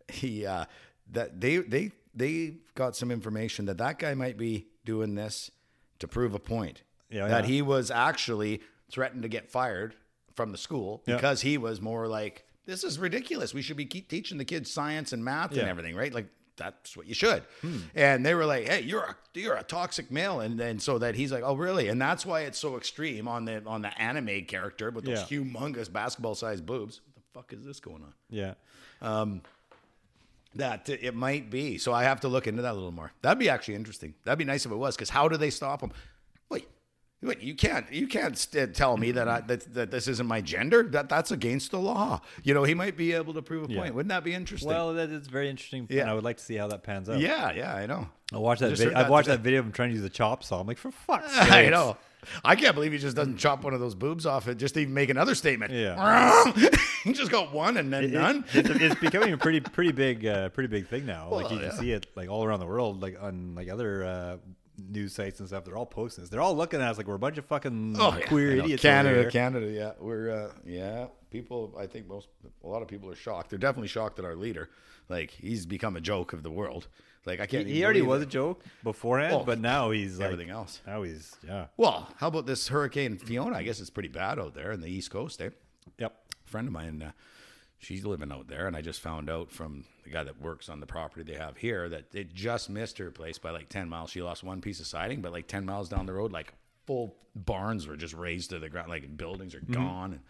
Speaker 2: he uh, that they they they got some information that that guy might be doing this to prove a point.
Speaker 1: Yeah,
Speaker 2: that
Speaker 1: yeah.
Speaker 2: he was actually threatened to get fired from the school
Speaker 1: Yeah.
Speaker 2: because he was more like this is ridiculous. We should be keep teaching the kids science and math and
Speaker 1: Yeah. Hmm.
Speaker 2: everything, right? Like that's what you should. And they were like, "Hey, you're a you're a toxic male," and then so that he's like, "Oh, really?" And that's why it's so extreme on the on the anime character with those
Speaker 1: Yeah.
Speaker 2: humongous basketball sized boobs. What the fuck is this going on?
Speaker 1: Yeah.
Speaker 2: That it might be. So I have to look into that a little more. That'd be actually interesting. That'd be nice if it was, because how do they stop them? Wait, Wait, you can't you can't st- uh, tell me that I that, that this isn't my gender. That that's against the law. You know, he might be able to prove a point.
Speaker 1: Yeah.
Speaker 2: Wouldn't that be interesting?
Speaker 1: Well, that is very interesting. Yeah.
Speaker 2: Yeah.
Speaker 1: I would like to see how that pans out.
Speaker 2: yeah, yeah, I know.
Speaker 1: I watched that.
Speaker 2: Just
Speaker 1: Video.
Speaker 2: heard
Speaker 1: I've
Speaker 2: that
Speaker 1: watched
Speaker 2: today.
Speaker 1: that video of him trying to use a chop saw. I'm like, for fuck's sake!
Speaker 2: I know. I can't believe he just doesn't chop one of those boobs off and just to even make another statement.
Speaker 1: Yeah.
Speaker 2: he just got one and then
Speaker 1: It-
Speaker 2: none.
Speaker 1: It's, it's becoming a pretty, pretty big, uh, pretty big thing now. like
Speaker 2: Well,
Speaker 1: you can
Speaker 2: yeah.
Speaker 1: see it like all around the world, like on like other uh, news sites and stuff. They're all posting this. They're all looking at us like we're a bunch of fucking
Speaker 2: Oh, yeah.
Speaker 1: queer
Speaker 2: I know.
Speaker 1: idiots. over
Speaker 2: Canada,
Speaker 1: here.
Speaker 2: Canada. Yeah, we're uh, yeah. People, I think most a lot of people are shocked. They're definitely shocked at our leader. Like he's become a joke of the world. Like I can't.
Speaker 1: He
Speaker 2: even
Speaker 1: already
Speaker 2: believe
Speaker 1: was a
Speaker 2: it.
Speaker 1: joke beforehand,
Speaker 2: Oh,
Speaker 1: but now he's like
Speaker 2: everything else.
Speaker 1: Now he's yeah,
Speaker 2: Well, how about this Hurricane Fiona? I guess it's pretty bad out there in the East Coast, eh?
Speaker 1: yep.
Speaker 2: friend of mine, uh, she's living out there, and I just found out from the guy that works on the property they have here that it just missed her place by like ten miles. She lost one piece of siding, but like ten miles down the road, like full barns were just razed to the ground, like buildings are gone.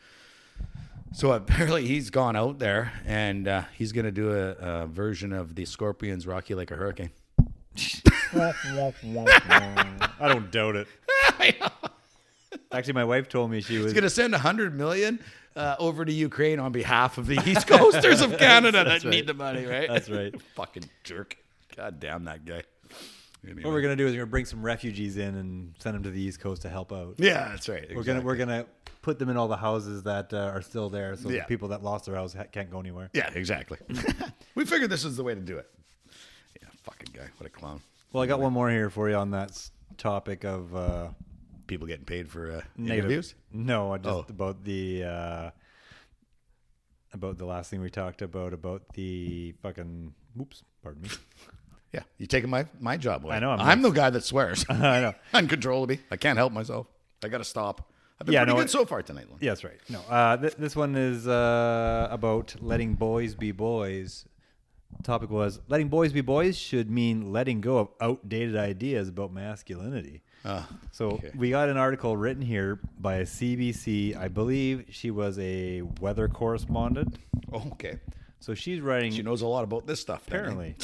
Speaker 2: so apparently he's gone out there, and uh, he's gonna do a, a version of the Scorpions "Rocky Like a Hurricane."
Speaker 1: I don't doubt it. Actually, my wife told me she was.
Speaker 2: He's gonna send a hundred million uh, over to Ukraine on behalf of the East Coasters of Canada that need the money, right?
Speaker 1: That's right.
Speaker 2: Fucking jerk. God damn that guy. Anyway.
Speaker 1: What we're gonna do is we're gonna bring some refugees in and send them to the East Coast to help out.
Speaker 2: yeah, that's right.
Speaker 1: We're gonna we're gonna put them in all the houses that uh, are still there, so the
Speaker 2: Yeah.
Speaker 1: people that lost their house ha- can't go anywhere.
Speaker 2: yeah, exactly. we figured this is the way to do it. Yeah, fucking guy. What a clown.
Speaker 1: Well, I got one more here for you on that s- topic of uh,
Speaker 2: People getting paid for uh,
Speaker 1: negative
Speaker 2: interviews.
Speaker 1: No, I just
Speaker 2: Oh.
Speaker 1: about the uh, about the last thing we talked about about the fucking. Whoops, pardon me.
Speaker 2: Yeah, you're taking my my job away.
Speaker 1: I know, I'm
Speaker 2: I'm, the guy that swears.
Speaker 1: I know.
Speaker 2: Uncontrollably. I can't help myself. I gotta stop. I've been
Speaker 1: Yeah,
Speaker 2: pretty
Speaker 1: no,
Speaker 2: good so far tonight. Lon.
Speaker 1: Yeah, that's right. No, uh, th- this one is uh, about letting boys be boys. Topic was letting boys be boys should mean letting go of outdated ideas about masculinity. so
Speaker 2: Ah, okay.
Speaker 1: we got an article written here by a CBC. I believe she was a weather correspondent.
Speaker 2: Oh, okay.
Speaker 1: So she's writing
Speaker 2: She knows a lot about this stuff. then, eh?
Speaker 1: apparently.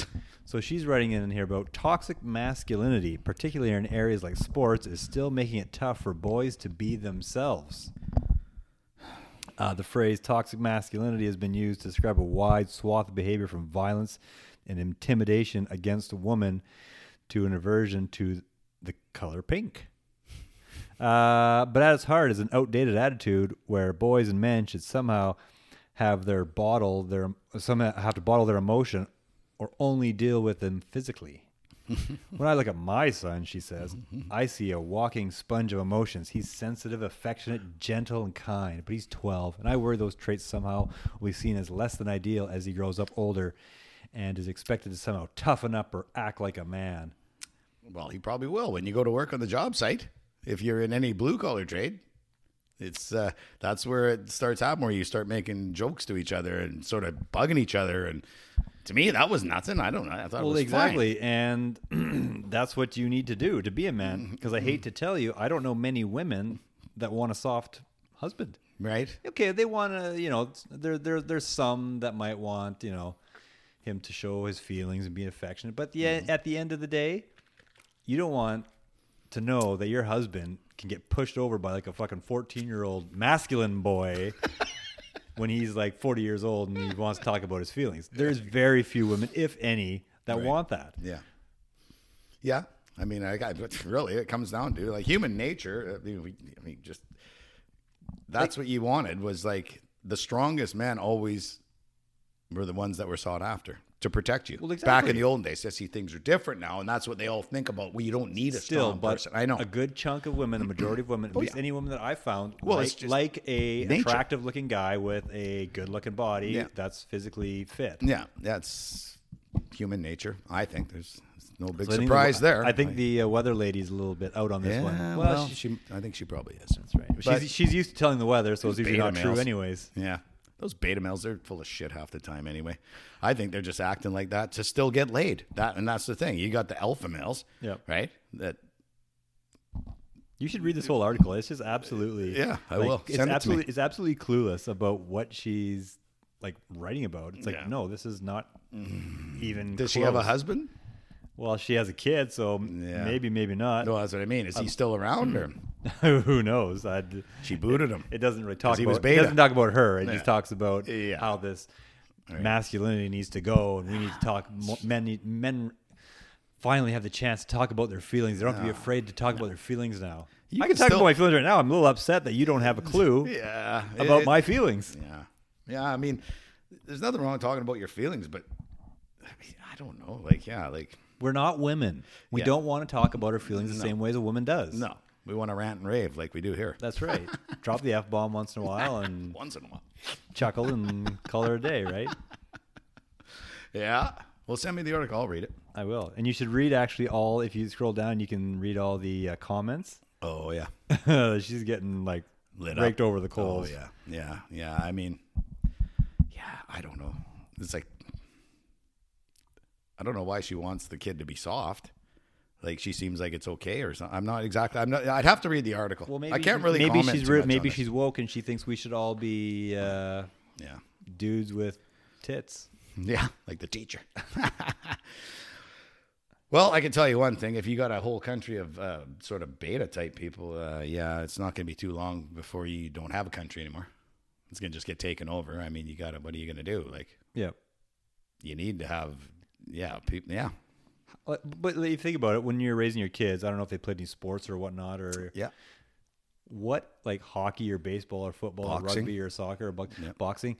Speaker 1: so she's writing in here about toxic masculinity, particularly in areas like sports, is still making it tough for boys to be themselves. Uh, the phrase toxic masculinity has been used to describe a wide swath of behavior from violence and intimidation against a woman to an aversion to the color pink. Uh, but at its heart is an outdated attitude where boys and men should somehow have their bottle their somehow have to bottle their emotion or only deal with them physically. when I look at my son, she says, I see a walking sponge of emotions. He's sensitive, affectionate, gentle, and kind, but he's 12, and I worry those traits somehow will be seen as less than ideal as he grows up older and is expected to somehow toughen up or act like a man.
Speaker 2: Well, he probably will when you go to work on the job site. If you're in any blue collar trade, it's uh, that's where it starts happening, where you start making jokes to each other and sort of bugging each other. And to me, that was nothing. I don't know. I thought it
Speaker 1: Well,
Speaker 2: was exactly.
Speaker 1: exactly, and that's what you need to do to be a man. Because I hate to tell you, I don't know many women that want a soft husband.
Speaker 2: right?
Speaker 1: Okay, they want to, you know, there, there, there's some that might want, you know, him to show his feelings and be affectionate. But the, at the end of the day, you don't want to know that your husband can get pushed over by like a fucking 14 year old masculine boy when he's like 40 years old and he wants to talk about his feelings. There's very few women, if any, that want that.
Speaker 2: Yeah, yeah. I mean, I got but really. It comes down to like human nature. I mean, we, I mean just that's what you wanted was like the strongest men always were the ones that were sought after to protect you.
Speaker 1: Well,
Speaker 2: Back
Speaker 1: exactly.
Speaker 2: in the olden days, I see things are different now, and that's what they all think about. Well, you don't need a
Speaker 1: Still,
Speaker 2: strong
Speaker 1: but
Speaker 2: person. I know. Oh,
Speaker 1: a good chunk of women, the majority of women, at least
Speaker 2: yeah.
Speaker 1: any woman that I found,
Speaker 2: Well,
Speaker 1: like,
Speaker 2: it's just
Speaker 1: like a
Speaker 2: nature.
Speaker 1: attractive looking guy with a good looking body
Speaker 2: Yeah.
Speaker 1: that's physically fit.
Speaker 2: yeah, that's human nature. I think there's, there's no big
Speaker 1: So I think the-
Speaker 2: surprise there.
Speaker 1: I think the uh, weather lady's a little bit out on this
Speaker 2: yeah,
Speaker 1: one.
Speaker 2: well,
Speaker 1: Well,
Speaker 2: she,
Speaker 1: she-
Speaker 2: I think she probably is. That's
Speaker 1: right. she's, she's used to telling the weather, so it's usually
Speaker 2: beta
Speaker 1: not true,
Speaker 2: males.
Speaker 1: anyways.
Speaker 2: Yeah. Those beta males, they're full of shit half the time anyway. I think they're just acting like that to still get laid. That and that's the thing. You got the alpha males,
Speaker 1: Yep.
Speaker 2: right? That
Speaker 1: You should read this whole article. It's just absolutely
Speaker 2: Yeah, I will.
Speaker 1: It's
Speaker 2: Send it to me.
Speaker 1: absolutely it's absolutely clueless about what she's like writing about. It's like
Speaker 2: Yeah. Mm.
Speaker 1: no, this is not even.
Speaker 2: does she have a
Speaker 1: close.
Speaker 2: husband?
Speaker 1: Well, she has a kid, so m-
Speaker 2: Yeah.
Speaker 1: maybe maybe not.
Speaker 2: Um, No, that's what I mean. Is he still around or
Speaker 1: Who knows? I'd,
Speaker 2: She booted him.
Speaker 1: it doesn't really talk.
Speaker 2: 'Cause he
Speaker 1: about,
Speaker 2: was
Speaker 1: It
Speaker 2: beta.
Speaker 1: doesn't talk about her. It
Speaker 2: Yeah.
Speaker 1: just talks about
Speaker 2: Yeah.
Speaker 1: how this masculinity needs to go, and we need to talk. mo- Men, need- men finally have the chance to talk about their feelings. They don't have to be afraid to talk about their feelings now.
Speaker 2: You
Speaker 1: I
Speaker 2: can
Speaker 1: can talk
Speaker 2: still-
Speaker 1: about my feelings right now. I'm a little upset that you don't have a clue
Speaker 2: Yeah.
Speaker 1: about
Speaker 2: it-
Speaker 1: my feelings.
Speaker 2: Yeah. Yeah. I mean, there's nothing wrong with talking about your feelings, but I, mean, I don't know. Like, yeah, like,
Speaker 1: We're not women. We
Speaker 2: Yeah.
Speaker 1: don't want to talk about our feelings the same way as a woman does.
Speaker 2: no, we want to rant and rave like we do here
Speaker 1: That's right. Drop the F bomb once in a while and
Speaker 2: once in a while.
Speaker 1: chuckle and call her a day, right?
Speaker 2: Yeah. Well, send me the article. I'll read it.
Speaker 1: I will. And you should read actually all, if you scroll down, you can read all the uh, comments.
Speaker 2: Oh, yeah.
Speaker 1: She's getting like
Speaker 2: Lit
Speaker 1: raked
Speaker 2: up.
Speaker 1: over the
Speaker 2: Oh,
Speaker 1: coals.
Speaker 2: yeah. Yeah. Yeah. I mean, yeah, I don't know. It's like, I don't know why she wants the kid to be soft. Like she seems like it's okay or something. I'm not exactly. I'm not. I'd have to read the article.
Speaker 1: Well, maybe
Speaker 2: I can't really.
Speaker 1: Maybe
Speaker 2: comment
Speaker 1: she's
Speaker 2: too
Speaker 1: re-
Speaker 2: much
Speaker 1: maybe
Speaker 2: on it.
Speaker 1: she's woke and she thinks we should all be uh,
Speaker 2: Yeah.
Speaker 1: dudes with tits.
Speaker 2: Yeah, like the teacher. well, I can tell you one thing: if you got a whole country of uh, sort of beta type people, uh, yeah, it's not going to be too long before you don't have a country anymore. It's going to just get taken over. I mean, you got to. What are you going to do? Like,
Speaker 1: Yeah.
Speaker 2: you need to have, yeah, people, yeah,
Speaker 1: But Uh, but if you think about it, when you're raising your kids, I don't know if they played any sports or whatnot, or
Speaker 2: yeah,
Speaker 1: what like hockey or baseball or football or
Speaker 2: Boxing.
Speaker 1: rugby or soccer or bo- boxing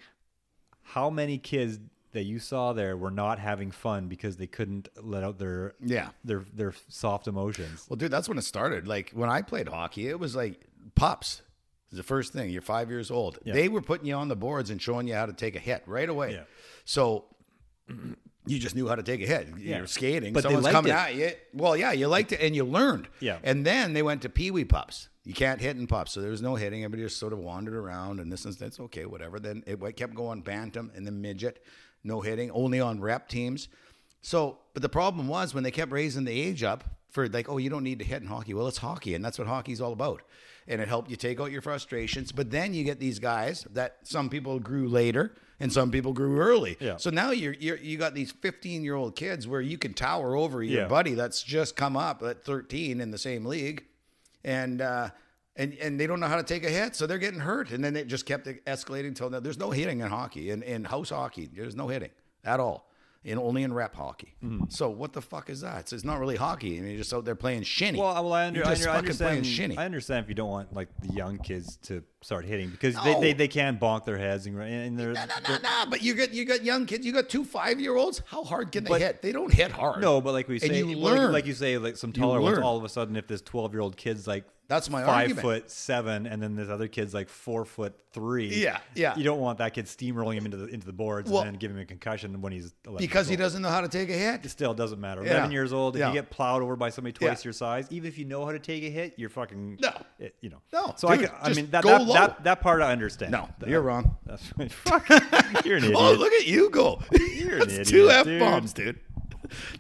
Speaker 1: how many kids that you saw there were not having fun because they couldn't let out their
Speaker 2: yeah.
Speaker 1: their their soft emotions
Speaker 2: Well, dude, that's when it started. Like when I played hockey, it was like pups. Is the first thing. You're five years old. They were putting you on the boards and showing you how to take a hit right away.
Speaker 1: Yeah.
Speaker 2: So you just knew how to take a hit. You're skating.
Speaker 1: But they
Speaker 2: Someone's
Speaker 1: liked
Speaker 2: coming
Speaker 1: it.
Speaker 2: at you. Well, yeah, you liked it and you learned.
Speaker 1: Yeah.
Speaker 2: And then they went to pee wee pups. You can't hit in pups, so there was no hitting. Everybody just sort of wandered around, and this and that's okay, whatever. Then it went- kept going bantam and then midget, no hitting, only on rep teams. So, but the problem was when they kept raising the age up for like, oh, you don't need to hit in hockey. Well, it's hockey, and that's what hockey's all about. And it helped you take out your frustrations. But then you get these guys that some people grew later and some people grew early.
Speaker 1: Yeah.
Speaker 2: So now you're, you're you got these 15 year old kids where you can tower over your
Speaker 1: Yeah.
Speaker 2: buddy that's just come up at 13 in the same league, and uh, and and they don't know how to take a hit, so they're getting hurt, and then it just kept escalating until now. There's no hitting in hockey, in in house hockey, there's no hitting at all, and only in rep hockey.
Speaker 1: Hmm.
Speaker 2: So what the fuck is that? It's, it's not really hockey. I mean, you're just out there playing shinny.
Speaker 1: well, I- well I, under,
Speaker 2: You're just
Speaker 1: I, under- I
Speaker 2: fucking playing
Speaker 1: understand.
Speaker 2: shinny.
Speaker 1: I understand if you don't want like the young kids to start hitting because they, they,
Speaker 2: No.
Speaker 1: they can bonk their heads and, and they're,
Speaker 2: no, no, no, no. But you got you got young kids. You got two five year olds. How hard can they
Speaker 1: But-
Speaker 2: hit? They don't hit hard.
Speaker 1: no, but like we
Speaker 2: and
Speaker 1: say,
Speaker 2: you
Speaker 1: well, like-
Speaker 2: learn.
Speaker 1: like you say, like some taller ones.
Speaker 2: learn.
Speaker 1: All of a sudden, if this twelve-year-old kid's like
Speaker 2: That's my
Speaker 1: five
Speaker 2: argument.
Speaker 1: foot seven, and then this other kid's like four foot three,
Speaker 2: Yeah, yeah.
Speaker 1: you don't want that kid steamrolling him into the into the boards
Speaker 2: Well-
Speaker 1: and then giving him a concussion when he's 11
Speaker 2: because he
Speaker 1: years old.
Speaker 2: doesn't know how to take a hit.
Speaker 1: It still doesn't matter.
Speaker 2: Yeah.
Speaker 1: Eleven years old, if
Speaker 2: Yeah.
Speaker 1: you get plowed over by somebody twice
Speaker 2: Yeah.
Speaker 1: your size, even if you know how to take a hit, you're fucking
Speaker 2: No.
Speaker 1: it- you know,
Speaker 2: No,
Speaker 1: So I,
Speaker 2: dude,
Speaker 1: can, I
Speaker 2: just
Speaker 1: mean, that
Speaker 2: go
Speaker 1: that,
Speaker 2: low.
Speaker 1: that that part I understand.
Speaker 2: No,
Speaker 1: That-
Speaker 2: you're wrong.
Speaker 1: That's fuck. You're an idiot.
Speaker 2: Oh, look at you go.
Speaker 1: You're an
Speaker 2: That's two
Speaker 1: idiot,
Speaker 2: F
Speaker 1: dude.
Speaker 2: bombs, dude.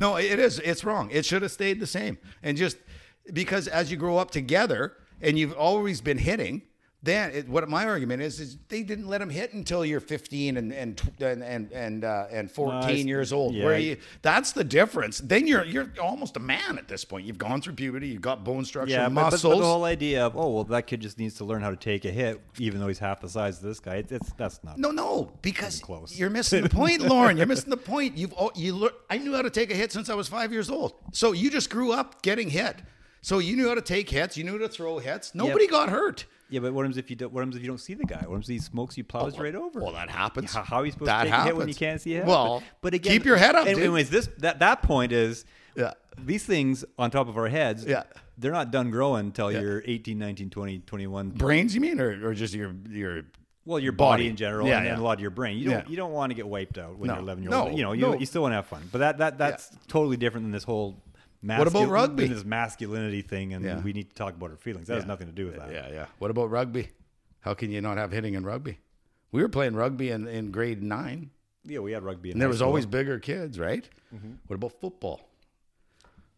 Speaker 2: No, it is. It's wrong. It should have stayed the same. And just because as you grow up together and you've always been hitting, then it, what my argument is is they didn't let him hit until you're 15 and and tw- and and and, uh, and 14
Speaker 1: s-
Speaker 2: years old.
Speaker 1: yeah.
Speaker 2: Where you, that's the difference. Then you're you're almost a man at this point. You've gone through puberty. You've got bone structure,
Speaker 1: Yeah, but- but, but
Speaker 2: muscles.
Speaker 1: the whole idea of oh well, that kid just needs to learn how to take a hit, even though he's half the size of this guy. It's, it's that's not.
Speaker 2: No, no, because
Speaker 1: close.
Speaker 2: you're missing the point, Lauren. You're missing the point. You've al- you lear- I knew how to take a hit since I was five years old. So you just grew up getting hit. So you knew how to take hits. You knew how to throw hits. Nobody got hurt.
Speaker 1: Yeah, but what happens if you don't? What happens if you don't see the guy? What happens if he smokes you plows right over?
Speaker 2: Oh, Well, that happens.
Speaker 1: how, how are you supposed
Speaker 2: That
Speaker 1: to take a hit when you
Speaker 2: happens.
Speaker 1: can't see it?
Speaker 2: Well,
Speaker 1: happen? but again,
Speaker 2: keep your head up,
Speaker 1: and-
Speaker 2: dude.
Speaker 1: Anyways, this that that point is
Speaker 2: Yeah.
Speaker 1: these things on top of our heads.
Speaker 2: Yeah.
Speaker 1: they're not done growing until you're 18, 19, 20, 21.
Speaker 2: Brains, you mean, or, or just your your?
Speaker 1: Well, your body,
Speaker 2: Body.
Speaker 1: in general,
Speaker 2: Yeah,
Speaker 1: and, and
Speaker 2: yeah.
Speaker 1: a lot of your brain. You don't
Speaker 2: Yeah.
Speaker 1: you don't want to get wiped out when
Speaker 2: No.
Speaker 1: you're 11 years old.
Speaker 2: No,
Speaker 1: You know, you,
Speaker 2: no.
Speaker 1: you still want to have fun. But that that that's totally different than this whole. Mascul-
Speaker 2: What about rugby?
Speaker 1: This masculinity thing, and
Speaker 2: Yeah.
Speaker 1: we need to talk about our feelings. That has nothing to do with that.
Speaker 2: Yeah, yeah. What about rugby? How can you not have hitting in rugby? We were playing rugby in, in grade nine.
Speaker 1: Yeah, we had rugby, in
Speaker 2: And there
Speaker 1: high
Speaker 2: was
Speaker 1: school.
Speaker 2: always bigger kids, right?
Speaker 1: Mm-hmm.
Speaker 2: What about football?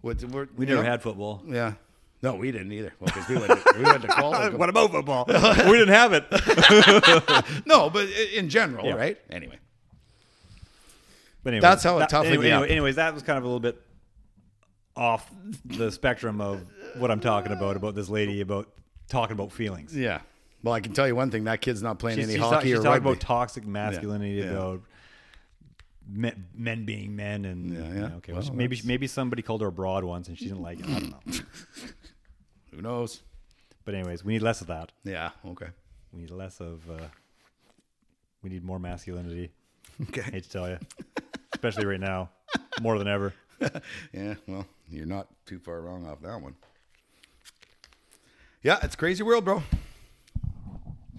Speaker 2: What, we're,
Speaker 1: we never had football.
Speaker 2: Yeah. No, we didn't either. Well, because we went to, we went to college.
Speaker 1: What about football? we didn't have it.
Speaker 2: no, but i- in general, right? Anyway.
Speaker 1: But anyway,
Speaker 2: That's how it
Speaker 1: that-
Speaker 2: toughened
Speaker 1: anyway,
Speaker 2: you up.
Speaker 1: anyway- Anyways, that was kind of a little bit off the spectrum of what I'm talking about about this lady about talking about feelings.
Speaker 2: Yeah. Well, I can tell you one thing: that kid's not playing
Speaker 1: She's,
Speaker 2: any
Speaker 1: she's, ta-
Speaker 2: hockey
Speaker 1: she's
Speaker 2: or
Speaker 1: talking
Speaker 2: rugby.
Speaker 1: about toxic masculinity,
Speaker 2: Yeah.
Speaker 1: about men, men being men, and
Speaker 2: Yeah,
Speaker 1: you
Speaker 2: yeah.
Speaker 1: know, okay, well,
Speaker 2: Well,
Speaker 1: maybe maybe somebody called her abroad once and she didn't like it. I don't know.
Speaker 2: Who knows?
Speaker 1: But anyways, we need less of that.
Speaker 2: Yeah. Okay.
Speaker 1: We need less of. Uh, we need more masculinity.
Speaker 2: Okay.
Speaker 1: hate to tell you, especially right now, more than ever.
Speaker 2: Yeah. Well, you're not too far wrong off that one. Yeah, it's crazy world, bro.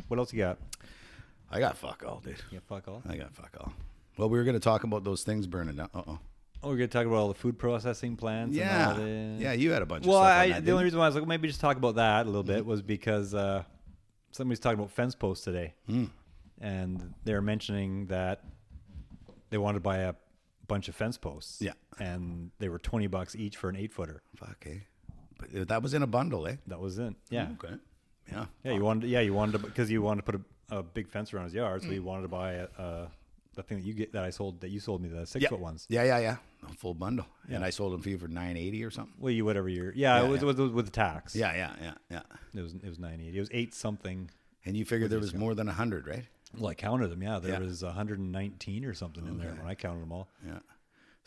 Speaker 1: What else you got?
Speaker 2: I got fuck all, dude.
Speaker 1: Yeah, fuck all.
Speaker 2: I got fuck all. Well, we were gonna talk about those things burning down. Uh oh.
Speaker 1: Oh, we're gonna talk about all the food processing plants.
Speaker 2: Yeah.
Speaker 1: And all the...
Speaker 2: Yeah, you Mm-hmm. had a bunch
Speaker 1: Well,
Speaker 2: of stuff. on
Speaker 1: I,
Speaker 2: that,
Speaker 1: the
Speaker 2: didn't
Speaker 1: only reason why I was like, well, maybe just talk about that a little bit was because uh, somebody's talking about fence posts today,
Speaker 2: Mm.
Speaker 1: and they're mentioning that they wanted to buy a bunch of fence posts.
Speaker 2: Yeah.
Speaker 1: and they were twenty bucks each for an eight footer.
Speaker 2: you? Fuck, eh? But that was in a bundle, eh?
Speaker 1: That was it. Yeah,
Speaker 2: Okay. Yeah.
Speaker 1: yeah. You wanted, yeah, you wanted to because you wanted to put a, a big fence around his yard, so you
Speaker 2: Mm.
Speaker 1: wanted to buy a, a, the thing that you get that I sold that you sold me the six
Speaker 2: Yeah.
Speaker 1: foot ones.
Speaker 2: Yeah, yeah, yeah. A full bundle. And I sold them for you for nine eighty or something.
Speaker 1: Well, you whatever your yeah,
Speaker 2: Yeah,
Speaker 1: it, was,
Speaker 2: yeah.
Speaker 1: It, was, it was with the tax.
Speaker 2: Yeah, yeah, yeah, yeah.
Speaker 1: it was it was nine eighty. It was eight something.
Speaker 2: And you figured there was more than a hundred, right?
Speaker 1: Well, I counted them. Yeah, there
Speaker 2: Yeah.
Speaker 1: was 119 or something in there when I counted them all.
Speaker 2: Yeah.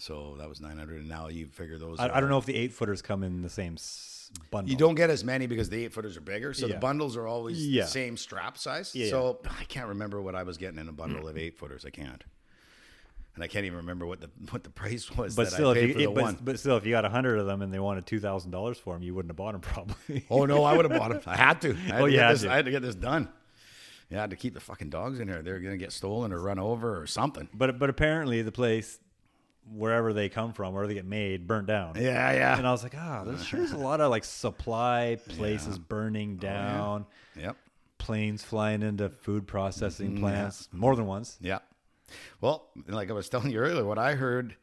Speaker 2: So that was nine hundred, and now you figure those.
Speaker 1: I, I
Speaker 2: are-
Speaker 1: don't know if the eight footers come in the same s- bundle.
Speaker 2: You don't get as many because the eight footers are bigger, so
Speaker 1: Yeah.
Speaker 2: the bundles are always
Speaker 1: Yeah.
Speaker 2: the same strap size.
Speaker 1: Yeah.
Speaker 2: So I can't remember what I was getting in a bundle of eight footers. I can't, and I can't even remember what the what the price was
Speaker 1: But
Speaker 2: that
Speaker 1: still,
Speaker 2: I paid
Speaker 1: if
Speaker 2: for
Speaker 1: you,
Speaker 2: the
Speaker 1: it- but,
Speaker 2: one.
Speaker 1: but still, if you got 100 of them and they wanted two thousand dollars for them, you wouldn't have bought them probably.
Speaker 2: Oh no, I would have bought them. I had to. I had
Speaker 1: Oh,
Speaker 2: to
Speaker 1: you
Speaker 2: get
Speaker 1: had
Speaker 2: this,
Speaker 1: to.
Speaker 2: I had to get this done. Yeah, I had to keep the fucking dogs in here. They're gonna get stolen or run over or something.
Speaker 1: but but apparently, the place wherever they come from, wherever they get made, burnt down.
Speaker 2: Yeah, yeah.
Speaker 1: And I was like, ah, there's sure is a lot of like supply places burning down,
Speaker 2: Yep.
Speaker 1: planes flying into food processing plants more than once.
Speaker 2: Yeah. Well, like I was telling you earlier, what I heard,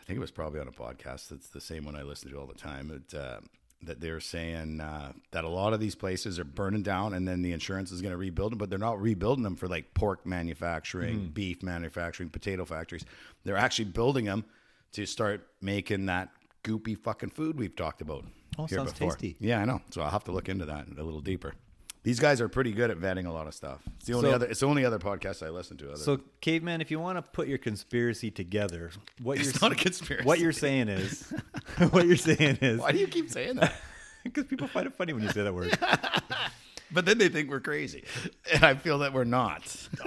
Speaker 2: I think it was probably on a podcast. It's the same one I listen to all the time. But, uh, that they're saying uh, that a lot of these places are burning down, and then the insurance is going to rebuild them, but they're not rebuilding them for like pork manufacturing,
Speaker 1: Mm.
Speaker 2: beef manufacturing, potato factories. They're actually building them to start making that goopy fucking food we've talked about.
Speaker 1: Oh, sounds tasty.
Speaker 2: Yeah, I know. So I'll have to look into that a little deeper. These guys are pretty good at vetting a lot of stuff. It's the only
Speaker 1: So-
Speaker 2: other. It's the only other podcast I listen to. Other
Speaker 1: So, caveman, if you want to put your conspiracy together, what you're
Speaker 2: it's not a conspiracy.
Speaker 1: What you're saying is, what you're saying is,
Speaker 2: Why do you keep saying that?
Speaker 1: because people find it funny when you say that word.
Speaker 2: But then they think we're crazy, and I feel that we're not.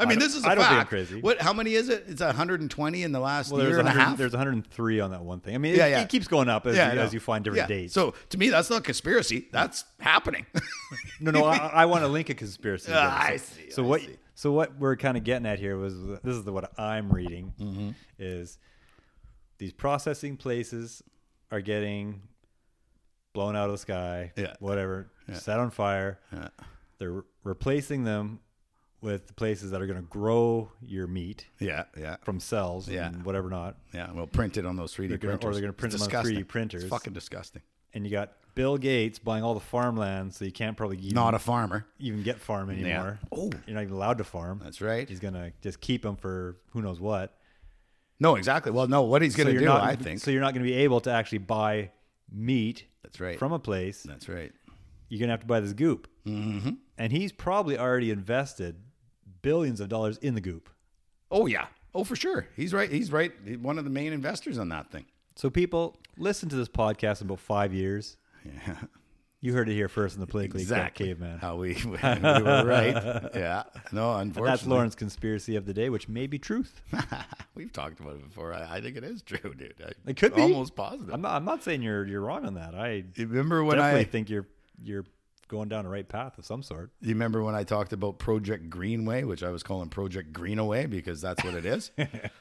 Speaker 2: I mean,
Speaker 1: don't-
Speaker 2: this is I
Speaker 1: I
Speaker 2: a
Speaker 1: don't think I'm
Speaker 2: fact.
Speaker 1: crazy.
Speaker 2: What? How many is it? It's 120 in the last
Speaker 1: Well, there's
Speaker 2: year and a
Speaker 1: 100
Speaker 2: half.
Speaker 1: There's 103 on that one thing. I mean, it,
Speaker 2: Yeah, yeah.
Speaker 1: it keeps going up as,
Speaker 2: Yeah, I
Speaker 1: you,
Speaker 2: know.
Speaker 1: as you find different
Speaker 2: Yeah.
Speaker 1: dates.
Speaker 2: So to me, that's not conspiracy. That's happening.
Speaker 1: no, no, I, I want to link a conspiracy. together.
Speaker 2: Ah, I
Speaker 1: so,
Speaker 2: see,
Speaker 1: So
Speaker 2: I
Speaker 1: what?
Speaker 2: see.
Speaker 1: So what we're kind of getting at here was this is the, what I'm reading
Speaker 2: Mm-hmm.
Speaker 1: is these processing places are getting blown out of the sky.
Speaker 2: Yeah.
Speaker 1: Whatever. Set on fire.
Speaker 2: Yeah.
Speaker 1: They're re- replacing them with the places that are going to grow your meat.
Speaker 2: yeah, yeah,
Speaker 1: from cells
Speaker 2: Yeah.
Speaker 1: and whatever not.
Speaker 2: yeah. Well, print it on those 3D
Speaker 1: gonna- or
Speaker 2: printers,
Speaker 1: they're gonna print
Speaker 2: It's
Speaker 1: them on 3D
Speaker 2: disgusting.
Speaker 1: printers.
Speaker 2: It's fucking disgusting.
Speaker 1: And you got Bill Gates buying all the farmland, so you can't probably even,
Speaker 2: Not a farmer.
Speaker 1: even get farm anymore.
Speaker 2: Oh.
Speaker 1: You're not even allowed to farm.
Speaker 2: That's right.
Speaker 1: He's going to just keep them for who knows what.
Speaker 2: No, exactly. Well, no. What he's going to
Speaker 1: you're
Speaker 2: do,
Speaker 1: not,
Speaker 2: I think.
Speaker 1: So you're not going to be able to actually buy meat
Speaker 2: That's right.
Speaker 1: from a place.
Speaker 2: that's right.
Speaker 1: You're going to have to buy this goop. Mm-hmm. And he's probably already invested billions of dollars in the goop.
Speaker 2: Oh yeah. Oh for sure. He's right. He's right. He's one of the main investors on that thing.
Speaker 1: So people, listen to this podcast in about five years.
Speaker 2: Yeah.
Speaker 1: You heard it here first in the Play League Caveman.
Speaker 2: How we, we were right. Yeah. No, unfortunately.
Speaker 1: That's Lauren's conspiracy of the day, which may be truth.
Speaker 2: We've talked about it before. I, I think it is true, dude. I,
Speaker 1: It could be.
Speaker 2: Almost positive.
Speaker 1: I'm not, I'm not saying you're you're wrong on that. I
Speaker 2: you remember when
Speaker 1: definitely
Speaker 2: I
Speaker 1: think you're you're going down the right path of some sort.
Speaker 2: you remember when I talked about Project Greenway, which I was calling Project Greenaway because that's what it is.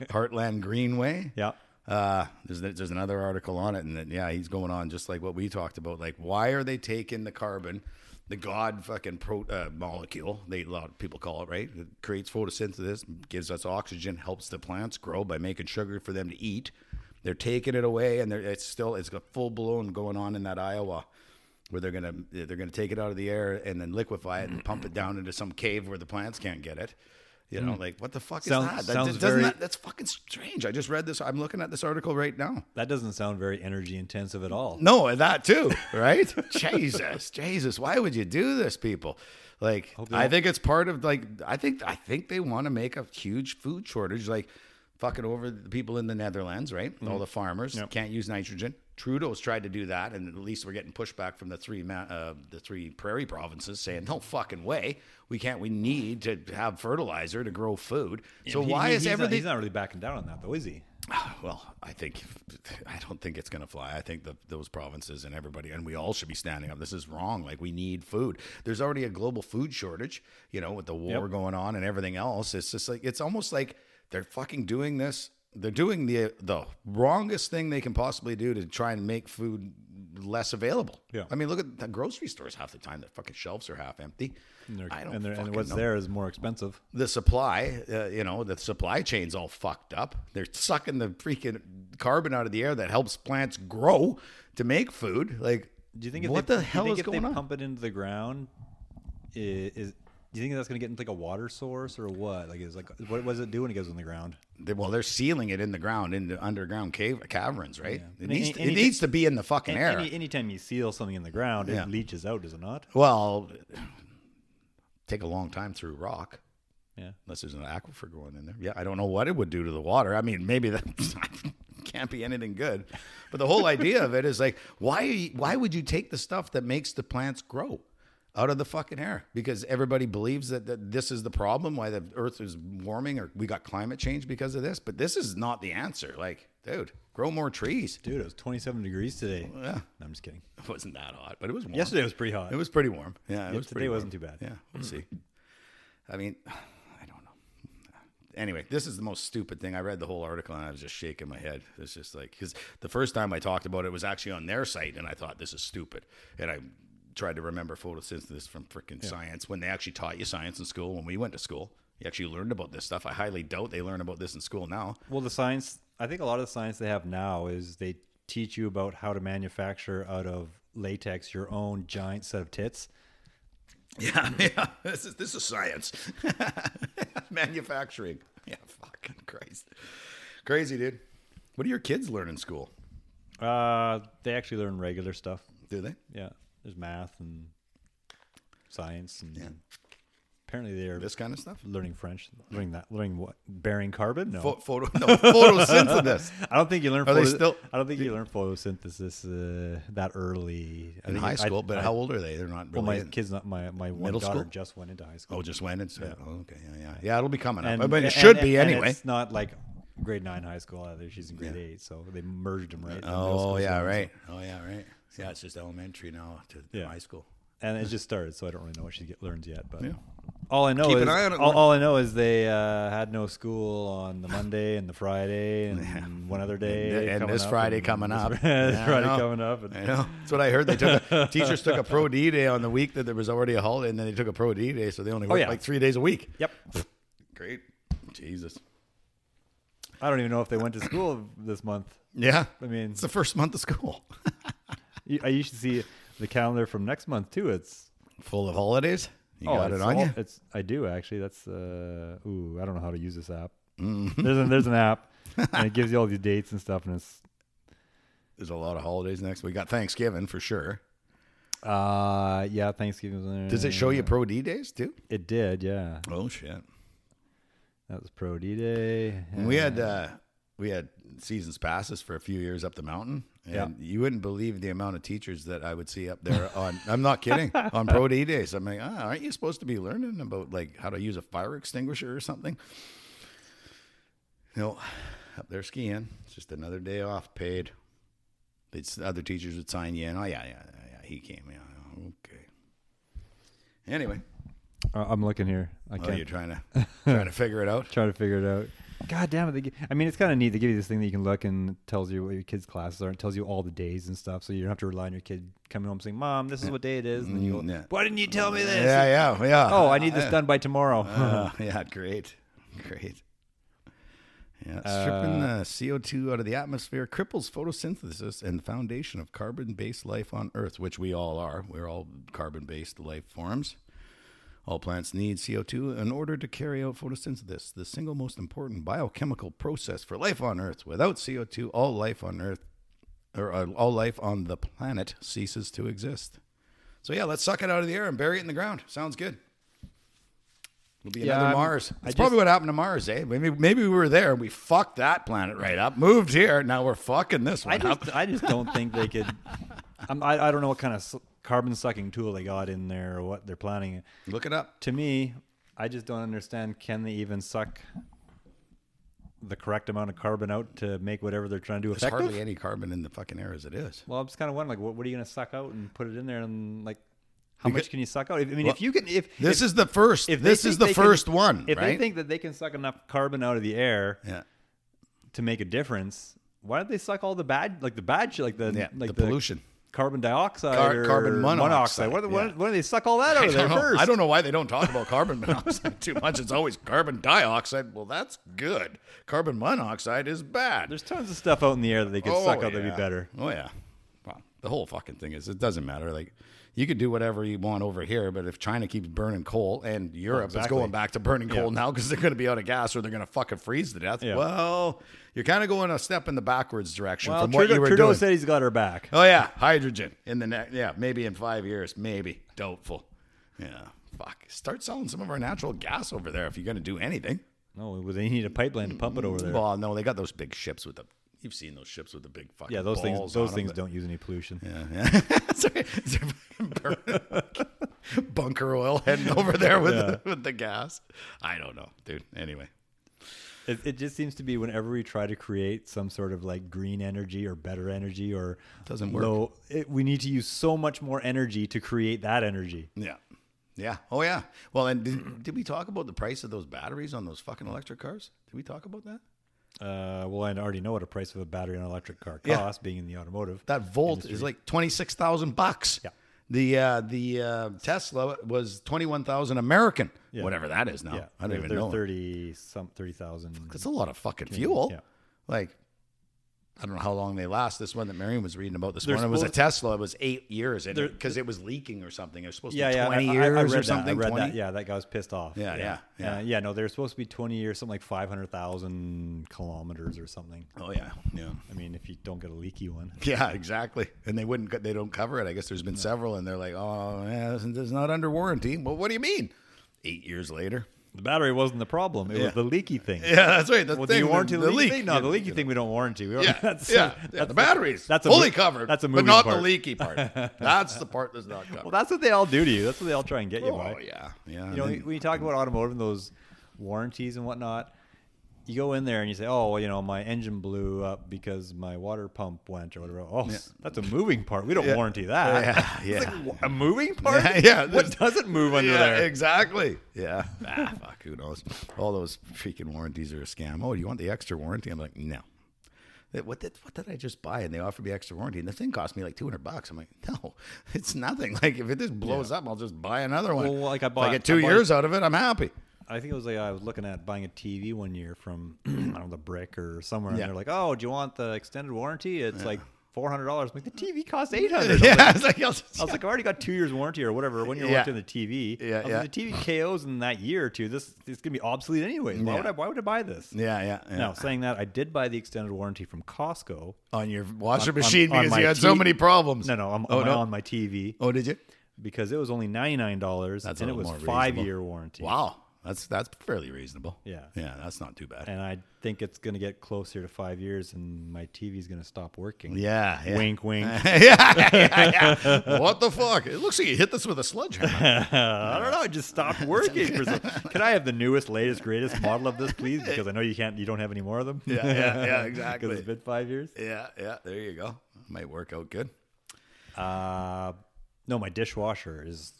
Speaker 2: Heartland Greenway.
Speaker 1: Yeah.
Speaker 2: Uh, there's there's another article on it, and then, yeah, he's going on just like what we talked about. Like, why are they taking the carbon, the god fucking pro, uh, molecule? They a lot of people call it right. It creates photosynthesis, gives us oxygen, helps the plants grow by making sugar for them to eat. They're taking it away, and they're, it's still it's got full blown going on in that Iowa, where they're gonna they're gonna take it out of the air and then liquefy it and pump it down into some cave where the plants can't get it. You know, like what the fuck
Speaker 1: Hmm. Sounds-
Speaker 2: is that? that
Speaker 1: sounds
Speaker 2: doesn't that-
Speaker 1: very-
Speaker 2: that's fucking strange. I just read this. I'm looking at this article right now.
Speaker 1: That doesn't sound very energy intensive at all.
Speaker 2: No, and that too, right? Jesus, Jesus, why would you do this, people? Like,
Speaker 1: Hope they
Speaker 2: I
Speaker 1: don't-
Speaker 2: think it's part of like, I think, I think they want to make a huge food shortage, like fucking over the people in the Netherlands, right? All the farmers can't use nitrogen. Trudeau's tried to do that, and at least we're getting pushback from the three ma- uh, the three prairie provinces saying, "No fucking way, we can't. We need to have fertilizer to grow food." So
Speaker 1: He-
Speaker 2: why
Speaker 1: he-
Speaker 2: is
Speaker 1: he's Not,
Speaker 2: everything?
Speaker 1: he's not really backing down on that, though, is he?
Speaker 2: Well, I think I don't think it's going to fly. I think the, those provinces and everybody and we all should be standing up. This is wrong. Like we need food. There's already a global food shortage, you know, with the war going on and everything else. It's just like it's almost like they're fucking doing this. They're doing the the wrongest thing they can possibly do to try and make food less available.
Speaker 1: Yeah.
Speaker 2: I mean, look at the grocery stores half the time. The fucking shelves are half empty.
Speaker 1: And, they're-
Speaker 2: I don't
Speaker 1: and, they're- and
Speaker 2: fucking
Speaker 1: what's
Speaker 2: know
Speaker 1: there is more expensive.
Speaker 2: the supply, uh, you know, the supply chain's all fucked up. They're sucking the freaking carbon out of the air that helps plants grow to make food. Like,
Speaker 1: Do you think if
Speaker 2: what
Speaker 1: they,
Speaker 2: the
Speaker 1: do you
Speaker 2: hell
Speaker 1: think
Speaker 2: is
Speaker 1: if they
Speaker 2: going on?
Speaker 1: Pump it into the ground. i- Is, do you think that's going to get into like a water source or what? Like, is like what does it do when it goes in the ground?
Speaker 2: They- well, they're sealing it in the ground into underground cave caverns, right? It
Speaker 1: And
Speaker 2: needs
Speaker 1: any-
Speaker 2: to, it
Speaker 1: any-
Speaker 2: needs to be in the fucking
Speaker 1: And
Speaker 2: air.
Speaker 1: Any, anytime you seal something in the ground,
Speaker 2: Yeah.
Speaker 1: it leaches out, does it not?
Speaker 2: well, take a long time through rock.
Speaker 1: Yeah.
Speaker 2: unless there's an aquifer going in there. Yeah, I don't know what it would do to the water. I mean, maybe that can't be anything good. But the whole idea of it is like, why? Why would you take the stuff that makes the plants grow out of the fucking air? Because everybody believes that, that this is the problem, why the Earth is warming, or we got climate change because of this. But this is not the answer. Like, dude, grow more trees.
Speaker 1: Dude, it was 27 degrees today.
Speaker 2: Yeah,
Speaker 1: No, I'm just kidding.
Speaker 2: it wasn't that hot, but it was warm.
Speaker 1: Yesterday was pretty hot.
Speaker 2: it was pretty warm. Yeah, it was
Speaker 1: today
Speaker 2: pretty warm.
Speaker 1: wasn't too bad.
Speaker 2: Yeah, we'll see. I mean, I don't know. Anyway, this is the most stupid thing. I read the whole article and I was just shaking my head. It's just like because the first time I talked about it was actually on their site, and I thought this is stupid, and I tried to remember photosynthesis from freaking science when they actually taught you science in school when we went to school. You actually learned about this stuff. I highly doubt they learn about this in school now.
Speaker 1: Well, the science, I think a lot of the science they have now is they teach you about how to manufacture out of latex your own giant set of tits.
Speaker 2: Yeah, yeah. This is this is science. Manufacturing. Yeah, fucking Christ. Crazy, dude. What do your kids learn in school?
Speaker 1: Uh, they actually learn regular stuff.
Speaker 2: Do they?
Speaker 1: Yeah. There's math and science and apparently they're
Speaker 2: This kind of stuff?
Speaker 1: learning French, learning that, learning what bearing carbon. No,
Speaker 2: Pho- photo no photosynthesis.
Speaker 1: I don't think you learn.
Speaker 2: Are they
Speaker 1: photo-
Speaker 2: still-
Speaker 1: I don't think you learn photosynthesis uh, that early I
Speaker 2: In
Speaker 1: think
Speaker 2: high
Speaker 1: I-
Speaker 2: school, but
Speaker 1: I-
Speaker 2: how old are they? They're not really
Speaker 1: Well, my
Speaker 2: in-
Speaker 1: kids, not my my one
Speaker 2: Middle
Speaker 1: daughter,
Speaker 2: school?
Speaker 1: just went into high school.
Speaker 2: Oh, just went and oh, okay, yeah, yeah, yeah. It'll be coming up,
Speaker 1: And-
Speaker 2: but it
Speaker 1: and-
Speaker 2: should
Speaker 1: and-
Speaker 2: be
Speaker 1: and
Speaker 2: anyway.
Speaker 1: It's not like grade nine high school either. She's in grade eight, so they merged them right. in middle
Speaker 2: Oh
Speaker 1: school,
Speaker 2: yeah,
Speaker 1: so-
Speaker 2: right. Oh yeah, right. Yeah, it's just elementary now to
Speaker 1: Yeah.
Speaker 2: high school.
Speaker 1: And it just started, so I don't really know what she get, learns yet. But
Speaker 2: Yeah.
Speaker 1: all I know
Speaker 2: Keep
Speaker 1: is
Speaker 2: an eye on it,
Speaker 1: all,
Speaker 2: Lauren.
Speaker 1: all I know is they uh, had no school on the Monday and the Friday and one other day
Speaker 2: And- and
Speaker 1: coming
Speaker 2: this
Speaker 1: up
Speaker 2: Friday
Speaker 1: and
Speaker 2: coming
Speaker 1: this
Speaker 2: up.
Speaker 1: Fri-
Speaker 2: Yeah,
Speaker 1: this
Speaker 2: I
Speaker 1: Friday
Speaker 2: know.
Speaker 1: coming up. and-
Speaker 2: I know. That's what I heard. They took a, teachers took a pro D day on the week that there was already a holiday, and then they took a pro D day, so they only worked
Speaker 1: Oh, yeah.
Speaker 2: like three days a week.
Speaker 1: Yep.
Speaker 2: Great. Jesus.
Speaker 1: I don't even know if they went to school this month.
Speaker 2: Yeah.
Speaker 1: I mean,
Speaker 2: It's the first month of school.
Speaker 1: you, I- you should see the calendar from next month too. It's
Speaker 2: Full of holidays. You got
Speaker 1: Oh, it's
Speaker 2: it on
Speaker 1: all-
Speaker 2: you.
Speaker 1: It's I do actually. That's uh ooh, I don't know how to use this app.
Speaker 2: Mm-hmm.
Speaker 1: There's an, there's an app and it gives you all these dates and stuff and it's
Speaker 2: There's a lot of holidays next. We got Thanksgiving for sure.
Speaker 1: uh yeah, Thanksgiving was in
Speaker 2: Does it show you pro D days too?
Speaker 1: It did, yeah.
Speaker 2: Oh shit.
Speaker 1: That was Pro D Day.
Speaker 2: And we had uh, we had seasons passes for a few years up the mountain, and
Speaker 1: Yeah.
Speaker 2: you wouldn't believe the amount of teachers that I would see up there on. I'm not kidding. On pro D days, I'm like, ah, aren't you supposed to be learning about like how to use a fire extinguisher or something? No, up there skiing. It's just another day off, paid. It's other teachers would sign you in. Oh yeah, yeah, yeah. yeah, He came. Yeah, okay. Anyway,
Speaker 1: Uh, I'm looking here. I
Speaker 2: oh,
Speaker 1: can't
Speaker 2: you're trying to trying to figure it out.
Speaker 1: try to figure it out. God damn it! They gi- I mean, it's kind of neat. They give you this thing that you can look and it tells you what your kids' classes are. It tells you all the days and stuff, so you don't have to rely on your kid coming home saying, "Mom, this is what day it is." And then you go,
Speaker 2: Mm, yeah.
Speaker 1: "Why didn't you tell me this?"
Speaker 2: Yeah, yeah, yeah.
Speaker 1: Oh, I need this
Speaker 2: Yeah.
Speaker 1: done by tomorrow.
Speaker 2: Uh, yeah, great, great. Yeah, stripping the CO2 out of the atmosphere cripples photosynthesis and the foundation of carbon-based life on Earth, which we all are. We're all carbon-based life forms All plants need CO2 in order to carry out photosynthesis, the single most important biochemical process for life on Earth. Without CO2, all life on Earth or uh, all life on the planet ceases to exist. So yeah, let's suck it out of the air and bury it in the ground. Sounds good. It'll be
Speaker 1: Yeah,
Speaker 2: another
Speaker 1: I'm-
Speaker 2: Mars.
Speaker 1: I
Speaker 2: That's
Speaker 1: just-
Speaker 2: probably what happened to Mars, eh? Maybe maybe we were there. We fucked that planet right up. Moved here. Now we're fucking this one
Speaker 1: I
Speaker 2: up.
Speaker 1: just, I just don't think they could. I'm, I, I don't know what kind of carbon sucking tool they got in there or what they're planning.
Speaker 2: Look it up.
Speaker 1: To me, I just don't understand. Can they even suck the correct amount of carbon out to make whatever they're trying to do
Speaker 2: There's
Speaker 1: effective?
Speaker 2: hardly any carbon in the fucking air as it is.
Speaker 1: Well, I'm just kind of wondering, like, what, what are you going to suck out and put it in there, and like, how
Speaker 2: Because-
Speaker 1: much can you suck out? If, I mean,
Speaker 2: Well,
Speaker 1: if you can, if
Speaker 2: This
Speaker 1: if,
Speaker 2: is the first.
Speaker 1: if they
Speaker 2: this is
Speaker 1: think
Speaker 2: the
Speaker 1: they can-
Speaker 2: first one,
Speaker 1: if
Speaker 2: right?
Speaker 1: they think that they can suck enough carbon out of the air
Speaker 2: yeah.
Speaker 1: to make a difference, why don't they suck all the bad, like the bad shit, like the
Speaker 2: Yeah,
Speaker 1: like
Speaker 2: the pollution.
Speaker 1: carbon dioxide,
Speaker 2: Car-
Speaker 1: or
Speaker 2: carbon monoxide,
Speaker 1: Why, do-
Speaker 2: yeah.
Speaker 1: why, why do they suck all that out
Speaker 2: I
Speaker 1: of there
Speaker 2: don't, know.
Speaker 1: first?
Speaker 2: I don't know why they don't talk about carbon monoxide too much. It's always carbon dioxide. Well, that's good. Carbon monoxide is bad.
Speaker 1: There's tons of stuff out in the air that they could suck out that'd
Speaker 2: yeah.
Speaker 1: be better.
Speaker 2: Oh yeah. Well, the whole fucking thing is it doesn't matter. Like you could do whatever you want over here, but if China keeps burning coal and Europe is
Speaker 1: exactly.
Speaker 2: going back to burning coal now because they're going to be out of gas or they're going to fucking freeze to death,
Speaker 1: Yeah.
Speaker 2: well, you're kind of going a step in the backwards direction
Speaker 1: Well,
Speaker 2: from what you
Speaker 1: Trudeau,
Speaker 2: were
Speaker 1: Trudeau
Speaker 2: doing.
Speaker 1: said he's got her back.
Speaker 2: oh yeah, hydrogen in the next. Yeah, maybe in five years, maybe doubtful. Yeah, fuck. Start selling some of our natural gas over there if you're going to do anything.
Speaker 1: No, they need a pipeline to pump it over there.
Speaker 2: Well, no, they got those big ships with the. You've seen those ships with the big fucking
Speaker 1: yeah, those things
Speaker 2: balls
Speaker 1: those
Speaker 2: on 'em
Speaker 1: things
Speaker 2: that-
Speaker 1: don't use any pollution.
Speaker 2: Yeah, yeah. Sorry. It's a fucking burn- bunker oil heading over there with the, with the gas. I don't know, dude. Anyway,
Speaker 1: It, it just seems to be whenever we try to create some sort of like green energy or better energy or
Speaker 2: Doesn't work.
Speaker 1: low- it, we need to use so much more energy to create that energy.
Speaker 2: yeah, yeah. Oh yeah. Well, and did, did we talk about the price of those batteries on those fucking electric cars? Did we talk about that?
Speaker 1: Uh, well, I already know what a price of a battery on an electric car
Speaker 2: Yeah.
Speaker 1: costs, being in the automotive.
Speaker 2: That Volt is like twenty six thousand bucks.
Speaker 1: Yeah.
Speaker 2: The uh, the uh, Tesla was twenty one thousand American,
Speaker 1: Yeah.
Speaker 2: whatever that is now.
Speaker 1: yeah,
Speaker 2: I don't
Speaker 1: they're,
Speaker 2: even
Speaker 1: they're
Speaker 2: know.
Speaker 1: Thirty some thirty thousand.
Speaker 2: That's a lot of fucking fuel.
Speaker 1: yeah.
Speaker 2: Like, I don't know how long they last. This one that Marion was reading about this
Speaker 1: They're
Speaker 2: morning was a
Speaker 1: supposed-
Speaker 2: Tesla. It was eight years in
Speaker 1: They're-
Speaker 2: because it was leaking or something. It was supposed
Speaker 1: Yeah,
Speaker 2: to be
Speaker 1: yeah,
Speaker 2: 20
Speaker 1: I- I-
Speaker 2: years
Speaker 1: I, read
Speaker 2: or something.
Speaker 1: That. I read
Speaker 2: 20?
Speaker 1: that. Yeah, that guy was pissed off.
Speaker 2: Yeah, yeah,
Speaker 1: yeah.
Speaker 2: yeah.
Speaker 1: Uh, yeah, no, they're supposed to be twenty years, something like five hundred thousand kilometers or something.
Speaker 2: Oh, yeah. Yeah.
Speaker 1: I mean, if you don't get a leaky one.
Speaker 2: Yeah, exactly. And they wouldn't, co- they don't cover it. I guess there's been several and they're like, oh, yeah, this is not under warranty. Well, what do you mean? Eight years later.
Speaker 1: The battery wasn't the problem; it
Speaker 2: Yeah.
Speaker 1: was the leaky thing.
Speaker 2: Yeah, that's right. That's
Speaker 1: Well,
Speaker 2: the
Speaker 1: do
Speaker 2: thing.
Speaker 1: you warranty
Speaker 2: the, the leak.
Speaker 1: thing? No, the leaky thing we don't warranty. We
Speaker 2: Yeah,
Speaker 1: that's,
Speaker 2: yeah, yeah,
Speaker 1: that's-
Speaker 2: the batteries.
Speaker 1: that's a
Speaker 2: fully
Speaker 1: mo-
Speaker 2: covered.
Speaker 1: that's a
Speaker 2: but
Speaker 1: moving
Speaker 2: not the
Speaker 1: part.
Speaker 2: leaky part. That's the part that's not covered.
Speaker 1: Well, that's what they all do to you. That's what they all try and get you by.
Speaker 2: oh yeah, yeah.
Speaker 1: You know, when you talk about automotive and those warranties and whatnot, you go in there and you say, "Oh, well, you know, my engine blew up because my water pump went or whatever." Oh, s- that's a moving part. We don't
Speaker 2: Yeah.
Speaker 1: warranty that.
Speaker 2: Yeah,
Speaker 1: It's
Speaker 2: yeah.
Speaker 1: like, wha- a moving part.
Speaker 2: Yeah, yeah.
Speaker 1: What doesn't move under
Speaker 2: yeah,
Speaker 1: there?
Speaker 2: exactly. Yeah. Ah, fuck. Who knows? All those freaking warranties are a scam. Oh, do you want the extra warranty? I'm like, no. That- What did what did I just buy? And they offered me extra warranty, and the thing cost me like two hundred bucks. I'm like, no, it's nothing. Like if it just blows up, I'll just buy another one.
Speaker 1: Well, like I
Speaker 2: If
Speaker 1: bought-
Speaker 2: get two
Speaker 1: I bought-
Speaker 2: years out of it. I'm happy.
Speaker 1: I think it was like I was looking at buying a TV one year from I don't know the brick or somewhere,
Speaker 2: Yeah.
Speaker 1: and they're like, "Oh, do you want the extended warranty?" It's like four hundred dollars. Like the TV costs eight hundred.
Speaker 2: Yeah, it's like, I'll just-
Speaker 1: I was like, I've already got two years warranty or whatever when you're
Speaker 2: Yeah.
Speaker 1: watching the TV.
Speaker 2: Yeah,
Speaker 1: I was
Speaker 2: yeah.
Speaker 1: Like, the TV KOs in that year or two. This it's gonna be obsolete anyways. Why
Speaker 2: Yeah.
Speaker 1: would I? Why would I buy this?
Speaker 2: yeah, yeah, yeah.
Speaker 1: Now, saying that, I did buy the extended warranty from Costco.
Speaker 2: on your washer
Speaker 1: on-
Speaker 2: machine
Speaker 1: on
Speaker 2: because
Speaker 1: my
Speaker 2: you had so
Speaker 1: T-
Speaker 2: many problems.
Speaker 1: No, no, I'm,
Speaker 2: oh,
Speaker 1: on, my,
Speaker 2: no.
Speaker 1: on my TV
Speaker 2: oh, did you?
Speaker 1: because it was only ninety nine dollars
Speaker 2: That's a
Speaker 1: and it
Speaker 2: little
Speaker 1: was
Speaker 2: more reasonable.
Speaker 1: five year warranty.
Speaker 2: Wow, that's that's fairly reasonable.
Speaker 1: Yeah.
Speaker 2: yeah, that's not too bad.
Speaker 1: And I think it's gonna get closer to five years, and my TV's gonna stop working.
Speaker 2: Yeah, yeah.
Speaker 1: Wink, wink.
Speaker 2: yeah, yeah, yeah. What the fuck? It looks like you hit this with a sledgehammer.
Speaker 1: Uh, I don't know. It just stopped working. For some, can I have the newest, latest, greatest model of this, please? Because I know you can't. You don't have any more of them.
Speaker 2: Yeah, yeah, yeah,
Speaker 1: Because
Speaker 2: exactly.
Speaker 1: it's been five years.
Speaker 2: yeah, yeah. There you go. Might work out good.
Speaker 1: Uh, no, my dishwasher is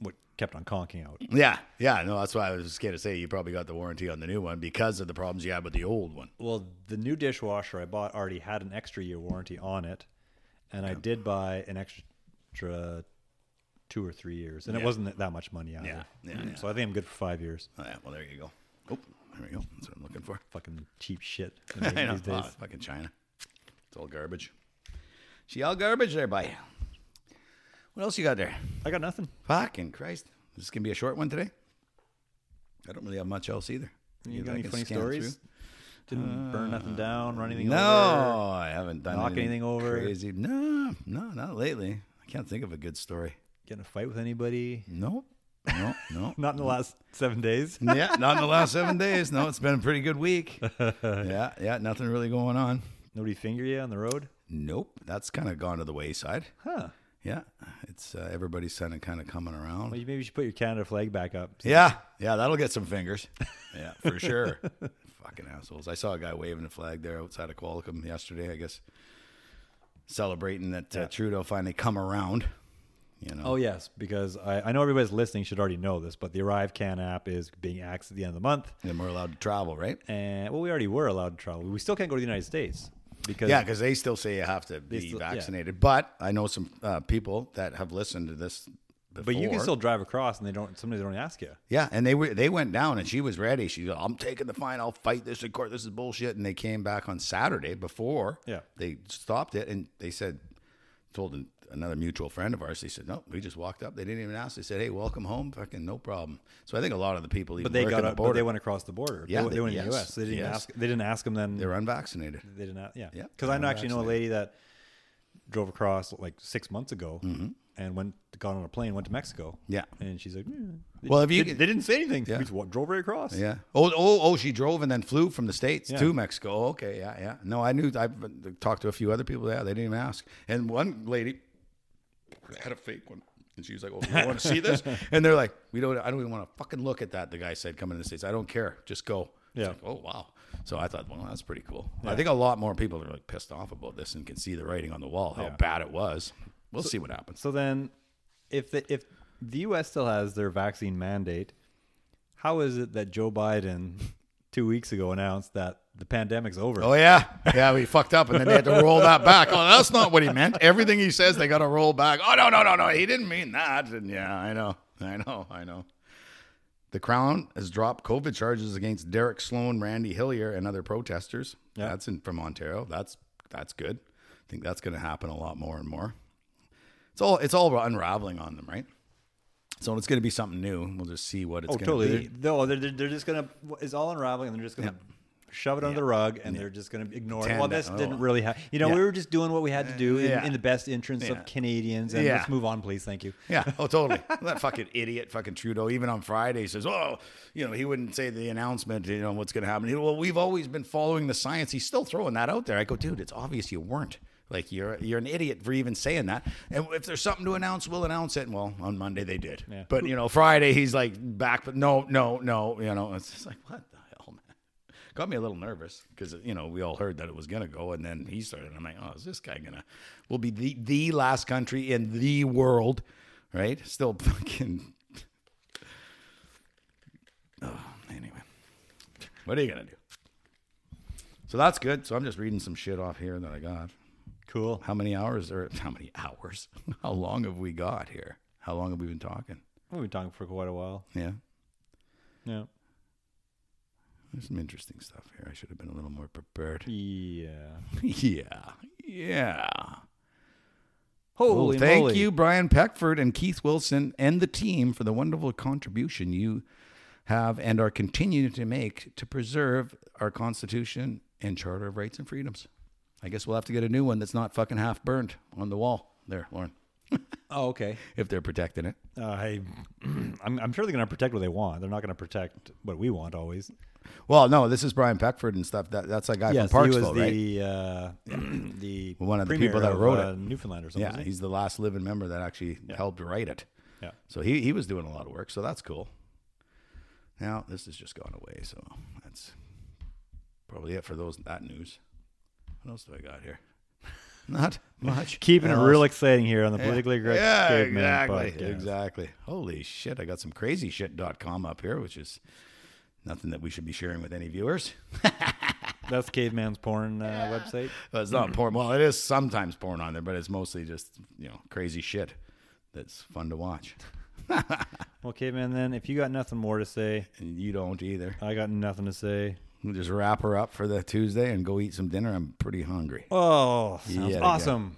Speaker 1: what kept on conking out.
Speaker 2: Yeah, yeah. No, that's why I was just going to say you probably got the warranty on the new one because of the problems you had with the old one.
Speaker 1: Well, the new dishwasher I bought already had an extra year warranty on it, and I did buy an extra two or three years, and it wasn't that much money either. Mm,
Speaker 2: Yeah, yeah, yeah.
Speaker 1: So I think I'm good for five years.
Speaker 2: Oh, yeah, well, there you go. Oh, there we go. That's what I'm looking for.
Speaker 1: Fucking cheap shit
Speaker 2: I know.
Speaker 1: these
Speaker 2: Oh,
Speaker 1: days.
Speaker 2: fucking China. It's all garbage. She all garbage there, buddy. What else you got there?
Speaker 1: I got nothing.
Speaker 2: Fucking Christ. This is gonna be a short one today. I don't really have much else either.
Speaker 1: You
Speaker 2: that
Speaker 1: got
Speaker 2: I
Speaker 1: any
Speaker 2: can
Speaker 1: funny
Speaker 2: scan
Speaker 1: stories? Didn't burn nothing down, run anything
Speaker 2: Uh, No,
Speaker 1: over.
Speaker 2: I haven't done
Speaker 1: Knock anything over?
Speaker 2: Crazy? No, no, not lately. I can't think of a good story.
Speaker 1: Get in a fight with anybody.
Speaker 2: No, no, no.
Speaker 1: Not in the last seven days.
Speaker 2: yeah, not in the last seven days. No, it's been a pretty good week. yeah, yeah, nothing really going on.
Speaker 1: Nobody finger you on the road?
Speaker 2: Nope, that's kind of gone to the wayside.
Speaker 1: Huh.
Speaker 2: Yeah, it's uh, everybody's kind of kind of coming around.
Speaker 1: Well, you maybe should put your Canada flag back up.
Speaker 2: Yeah, yeah, that'll get some fingers. Yeah, for sure. Fucking assholes. I saw a guy waving a flag there outside of Qualicum yesterday. I guess celebrating that uh, Trudeau finally come around. You know.
Speaker 1: Oh yes, because I, I know everybody's listening should already know this, but the Arrive Can app is being axed at the end of the month,
Speaker 2: Then we're allowed to travel, right?
Speaker 1: and well, we already were allowed to travel. We still can't go to the United States because
Speaker 2: Yeah, because they still say you have to be
Speaker 1: still- yeah.
Speaker 2: vaccinated. But I know some uh, people that have listened to this. Before.
Speaker 1: But you can still drive across, and they don't. Sometimes they don't ask you.
Speaker 2: Yeah, and they were they went down, and she was ready. She go, "I'm taking the fine. I'll fight this in court. This is bullshit." And they came back on Saturday before.
Speaker 1: Yeah.
Speaker 2: they stopped it, and they said, told an, another mutual friend of ours. They said, "No, we just walked up. They didn't even ask. They said, "Hey, welcome home. Fucking no problem." So I think a lot of the people, even
Speaker 1: But they
Speaker 2: working
Speaker 1: got
Speaker 2: the
Speaker 1: up. But
Speaker 2: border,
Speaker 1: they went across the border.
Speaker 2: Yeah,
Speaker 1: they, they
Speaker 2: they-
Speaker 1: went to
Speaker 2: yes,
Speaker 1: the U.S. They didn't
Speaker 2: yes.
Speaker 1: ask. They didn't ask them. Then
Speaker 2: they were unvaccinated.
Speaker 1: they did not. Yeah.
Speaker 2: Yeah,
Speaker 1: Because I know,
Speaker 2: they're
Speaker 1: actually know a lady that drove across like six months ago and went got on a plane, went to Mexico.
Speaker 2: Mm-hmm. Yeah.
Speaker 1: And she's like, "Mm."
Speaker 2: Well, if you
Speaker 1: they,
Speaker 2: can-
Speaker 1: they didn't say anything.
Speaker 2: Yeah.
Speaker 1: We just wa- drove right across.
Speaker 2: Yeah. Oh, oh, oh, she drove and then flew from the States
Speaker 1: Yeah.
Speaker 2: to Mexico. Oh, okay. Yeah. Yeah. No, I knew. I talked to a few other people. Yeah. They didn't even ask. And one lady had a fake one. And she was like, "Oh, you want to see this?" And they're like, "We don't. I don't even want to fucking look at that." The guy said, "Coming to the states, I don't care. Just go." It's
Speaker 1: Yeah.
Speaker 2: like, oh wow. So I thought, well, that's pretty cool. I think a lot more people are like pissed off about this and can see the writing on the wall how bad it was. We'll see what happens.
Speaker 1: So then, if the if the U.S. still has their vaccine mandate, how is it that Joe Biden two weeks ago announced that the pandemic's over?
Speaker 2: Oh yeah, yeah, we fucked up, and then they had to roll that back. Oh, that's not what he meant. Everything he says, they got to roll back. Oh no, no, no, no, he didn't mean that. And yeah, I know, I know, I know. The Crown has dropped COVID charges against Derek Sloan, Randy Hillier, and other protesters.
Speaker 1: Yeah.
Speaker 2: That's in from Ontario. That's that's good. I think that's going to happen a lot more and more. It's all it's all unraveling on them, right? So it's going to be something new. We'll just see what it's
Speaker 1: Oh,
Speaker 2: going
Speaker 1: totally.
Speaker 2: to
Speaker 1: They're,
Speaker 2: be.
Speaker 1: no, they're, they're they're just gonna it's all unraveling, and they're just gonna shove it under the rug, and they're just gonna ignore it.
Speaker 2: Pretend
Speaker 1: Well,
Speaker 2: that-
Speaker 1: this didn't
Speaker 2: oh.
Speaker 1: really happen. You know,
Speaker 2: Yeah. Uh,
Speaker 1: we were just doing what we had to do in,
Speaker 2: Yeah.
Speaker 1: in the best interest
Speaker 2: Yeah.
Speaker 1: of Canadians, and
Speaker 2: Yeah.
Speaker 1: let's move on, please. Thank you.
Speaker 2: Yeah. Oh, totally. that fucking idiot, fucking Trudeau. Even on Friday, says, "Oh, you know, he wouldn't say the announcement. You know what's going to happen." He- well, we've always been following the science. He's still throwing that out there. I go, dude, it's obvious you weren't. Like you're you're an idiot for even saying that. And if there's something to announce, we'll announce it. And well, on Monday they did.
Speaker 1: Yeah.
Speaker 2: But you know, Friday he's like back, but no, no, no. You know, it's just like what the hell, man. Got me a little nervous because you know we all heard that it was gonna go, and then he started. And I'm like, oh, is this guy gonna? We'll be the the last country in the world, right? Still fucking. Oh, anyway, what are you gonna do? So that's good. So I'm just reading some shit off here that I got.
Speaker 1: Cool.
Speaker 2: How many hours or how many hours? How long have we got here? How long have we been talking?
Speaker 1: We've been talking for quite a while.
Speaker 2: Yeah.
Speaker 1: Yeah.
Speaker 2: There's some interesting stuff here. I should have been a little more prepared.
Speaker 1: Yeah.
Speaker 2: yeah. Yeah.
Speaker 1: Holy
Speaker 2: Well, Oh, thank
Speaker 1: moly.
Speaker 2: you, Brian Peckford and Keith Wilson and the team for the wonderful contribution you have and are continuing to make to preserve our Constitution and Charter of Rights and Freedoms. I guess we'll have to get a new one that's not fucking half burned on the wall there, Lauren,
Speaker 1: Oh, okay.
Speaker 2: if they're protecting it.
Speaker 1: Uh, I, I'm, I'm sure they're gonna protect what they want. They're not gonna protect what we want always.
Speaker 2: Well, no, this is Brian Peckford and stuff. That, that's a guy
Speaker 1: Yes,
Speaker 2: from
Speaker 1: he was
Speaker 2: Parksville, right?
Speaker 1: the uh, the
Speaker 2: One of the
Speaker 1: premier
Speaker 2: people that wrote
Speaker 1: of,
Speaker 2: it.
Speaker 1: uh, Newfoundland or something.
Speaker 2: Yeah,
Speaker 1: wasn't he?
Speaker 2: he's the last living member that actually helped write it.
Speaker 1: Yeah.
Speaker 2: So he, he was doing a lot of work, so that's cool. Now this has just gone away, so that's probably it for those that news. What else do I got here? Not much.
Speaker 1: Keeping it
Speaker 2: else.
Speaker 1: real exciting here on the politically correct
Speaker 2: Yeah,
Speaker 1: caveman
Speaker 2: exactly.
Speaker 1: podcast.
Speaker 2: Exactly. Holy shit, I got some crazy shit.com up here, which is nothing that we should be sharing with any viewers.
Speaker 1: That's caveman's porn uh, website.
Speaker 2: Well, it's not porn. Well, it is sometimes porn on there, but it's mostly just, you know, crazy shit that's fun to watch.
Speaker 1: Well, caveman, then if you got nothing more to say,
Speaker 2: And you don't either.
Speaker 1: I got nothing to say.
Speaker 2: We'll just wrap her up for the Tuesday and go eat some dinner. I'm pretty hungry.
Speaker 1: Oh, sounds
Speaker 2: Yet again.
Speaker 1: awesome.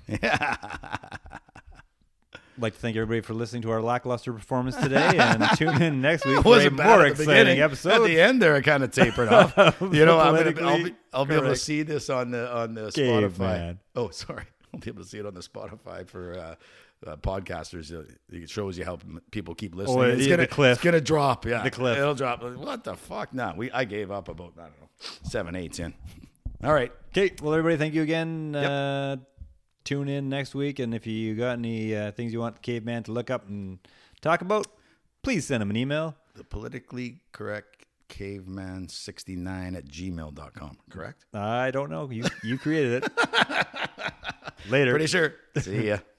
Speaker 1: like to thank everybody for listening to our lackluster performance today, and tune in next week for a
Speaker 2: wasn't bad
Speaker 1: more
Speaker 2: at the
Speaker 1: exciting
Speaker 2: beginning. At
Speaker 1: episode.
Speaker 2: the end, there I kind of tapered off. you know, I'm gonna, be- I'll, be,
Speaker 1: Politically
Speaker 2: I'll be able to
Speaker 1: correct.
Speaker 2: see this on the on the Spotify.
Speaker 1: Caveman.
Speaker 2: Oh, sorry, I'll be able to see it on the Spotify for uh, uh, podcasters. Uh, It shows you how m- people keep listening.
Speaker 1: Oh,
Speaker 2: it's
Speaker 1: the-
Speaker 2: gonna
Speaker 1: the cliff.
Speaker 2: It's gonna drop. Yeah,
Speaker 1: The cliff.
Speaker 2: It'll drop. What the fuck? No, we I gave up about I don't know seven eighths in. All right.
Speaker 1: Okay, well, everybody, thank you again. Uh, tune in next week, and if you got any uh, things you want Caveman to look up and talk about, please send him an email.
Speaker 2: The politically correct caveman69 at gmail.com, correct?
Speaker 1: I don't know. You you created it. Later.
Speaker 2: Pretty sure. See ya.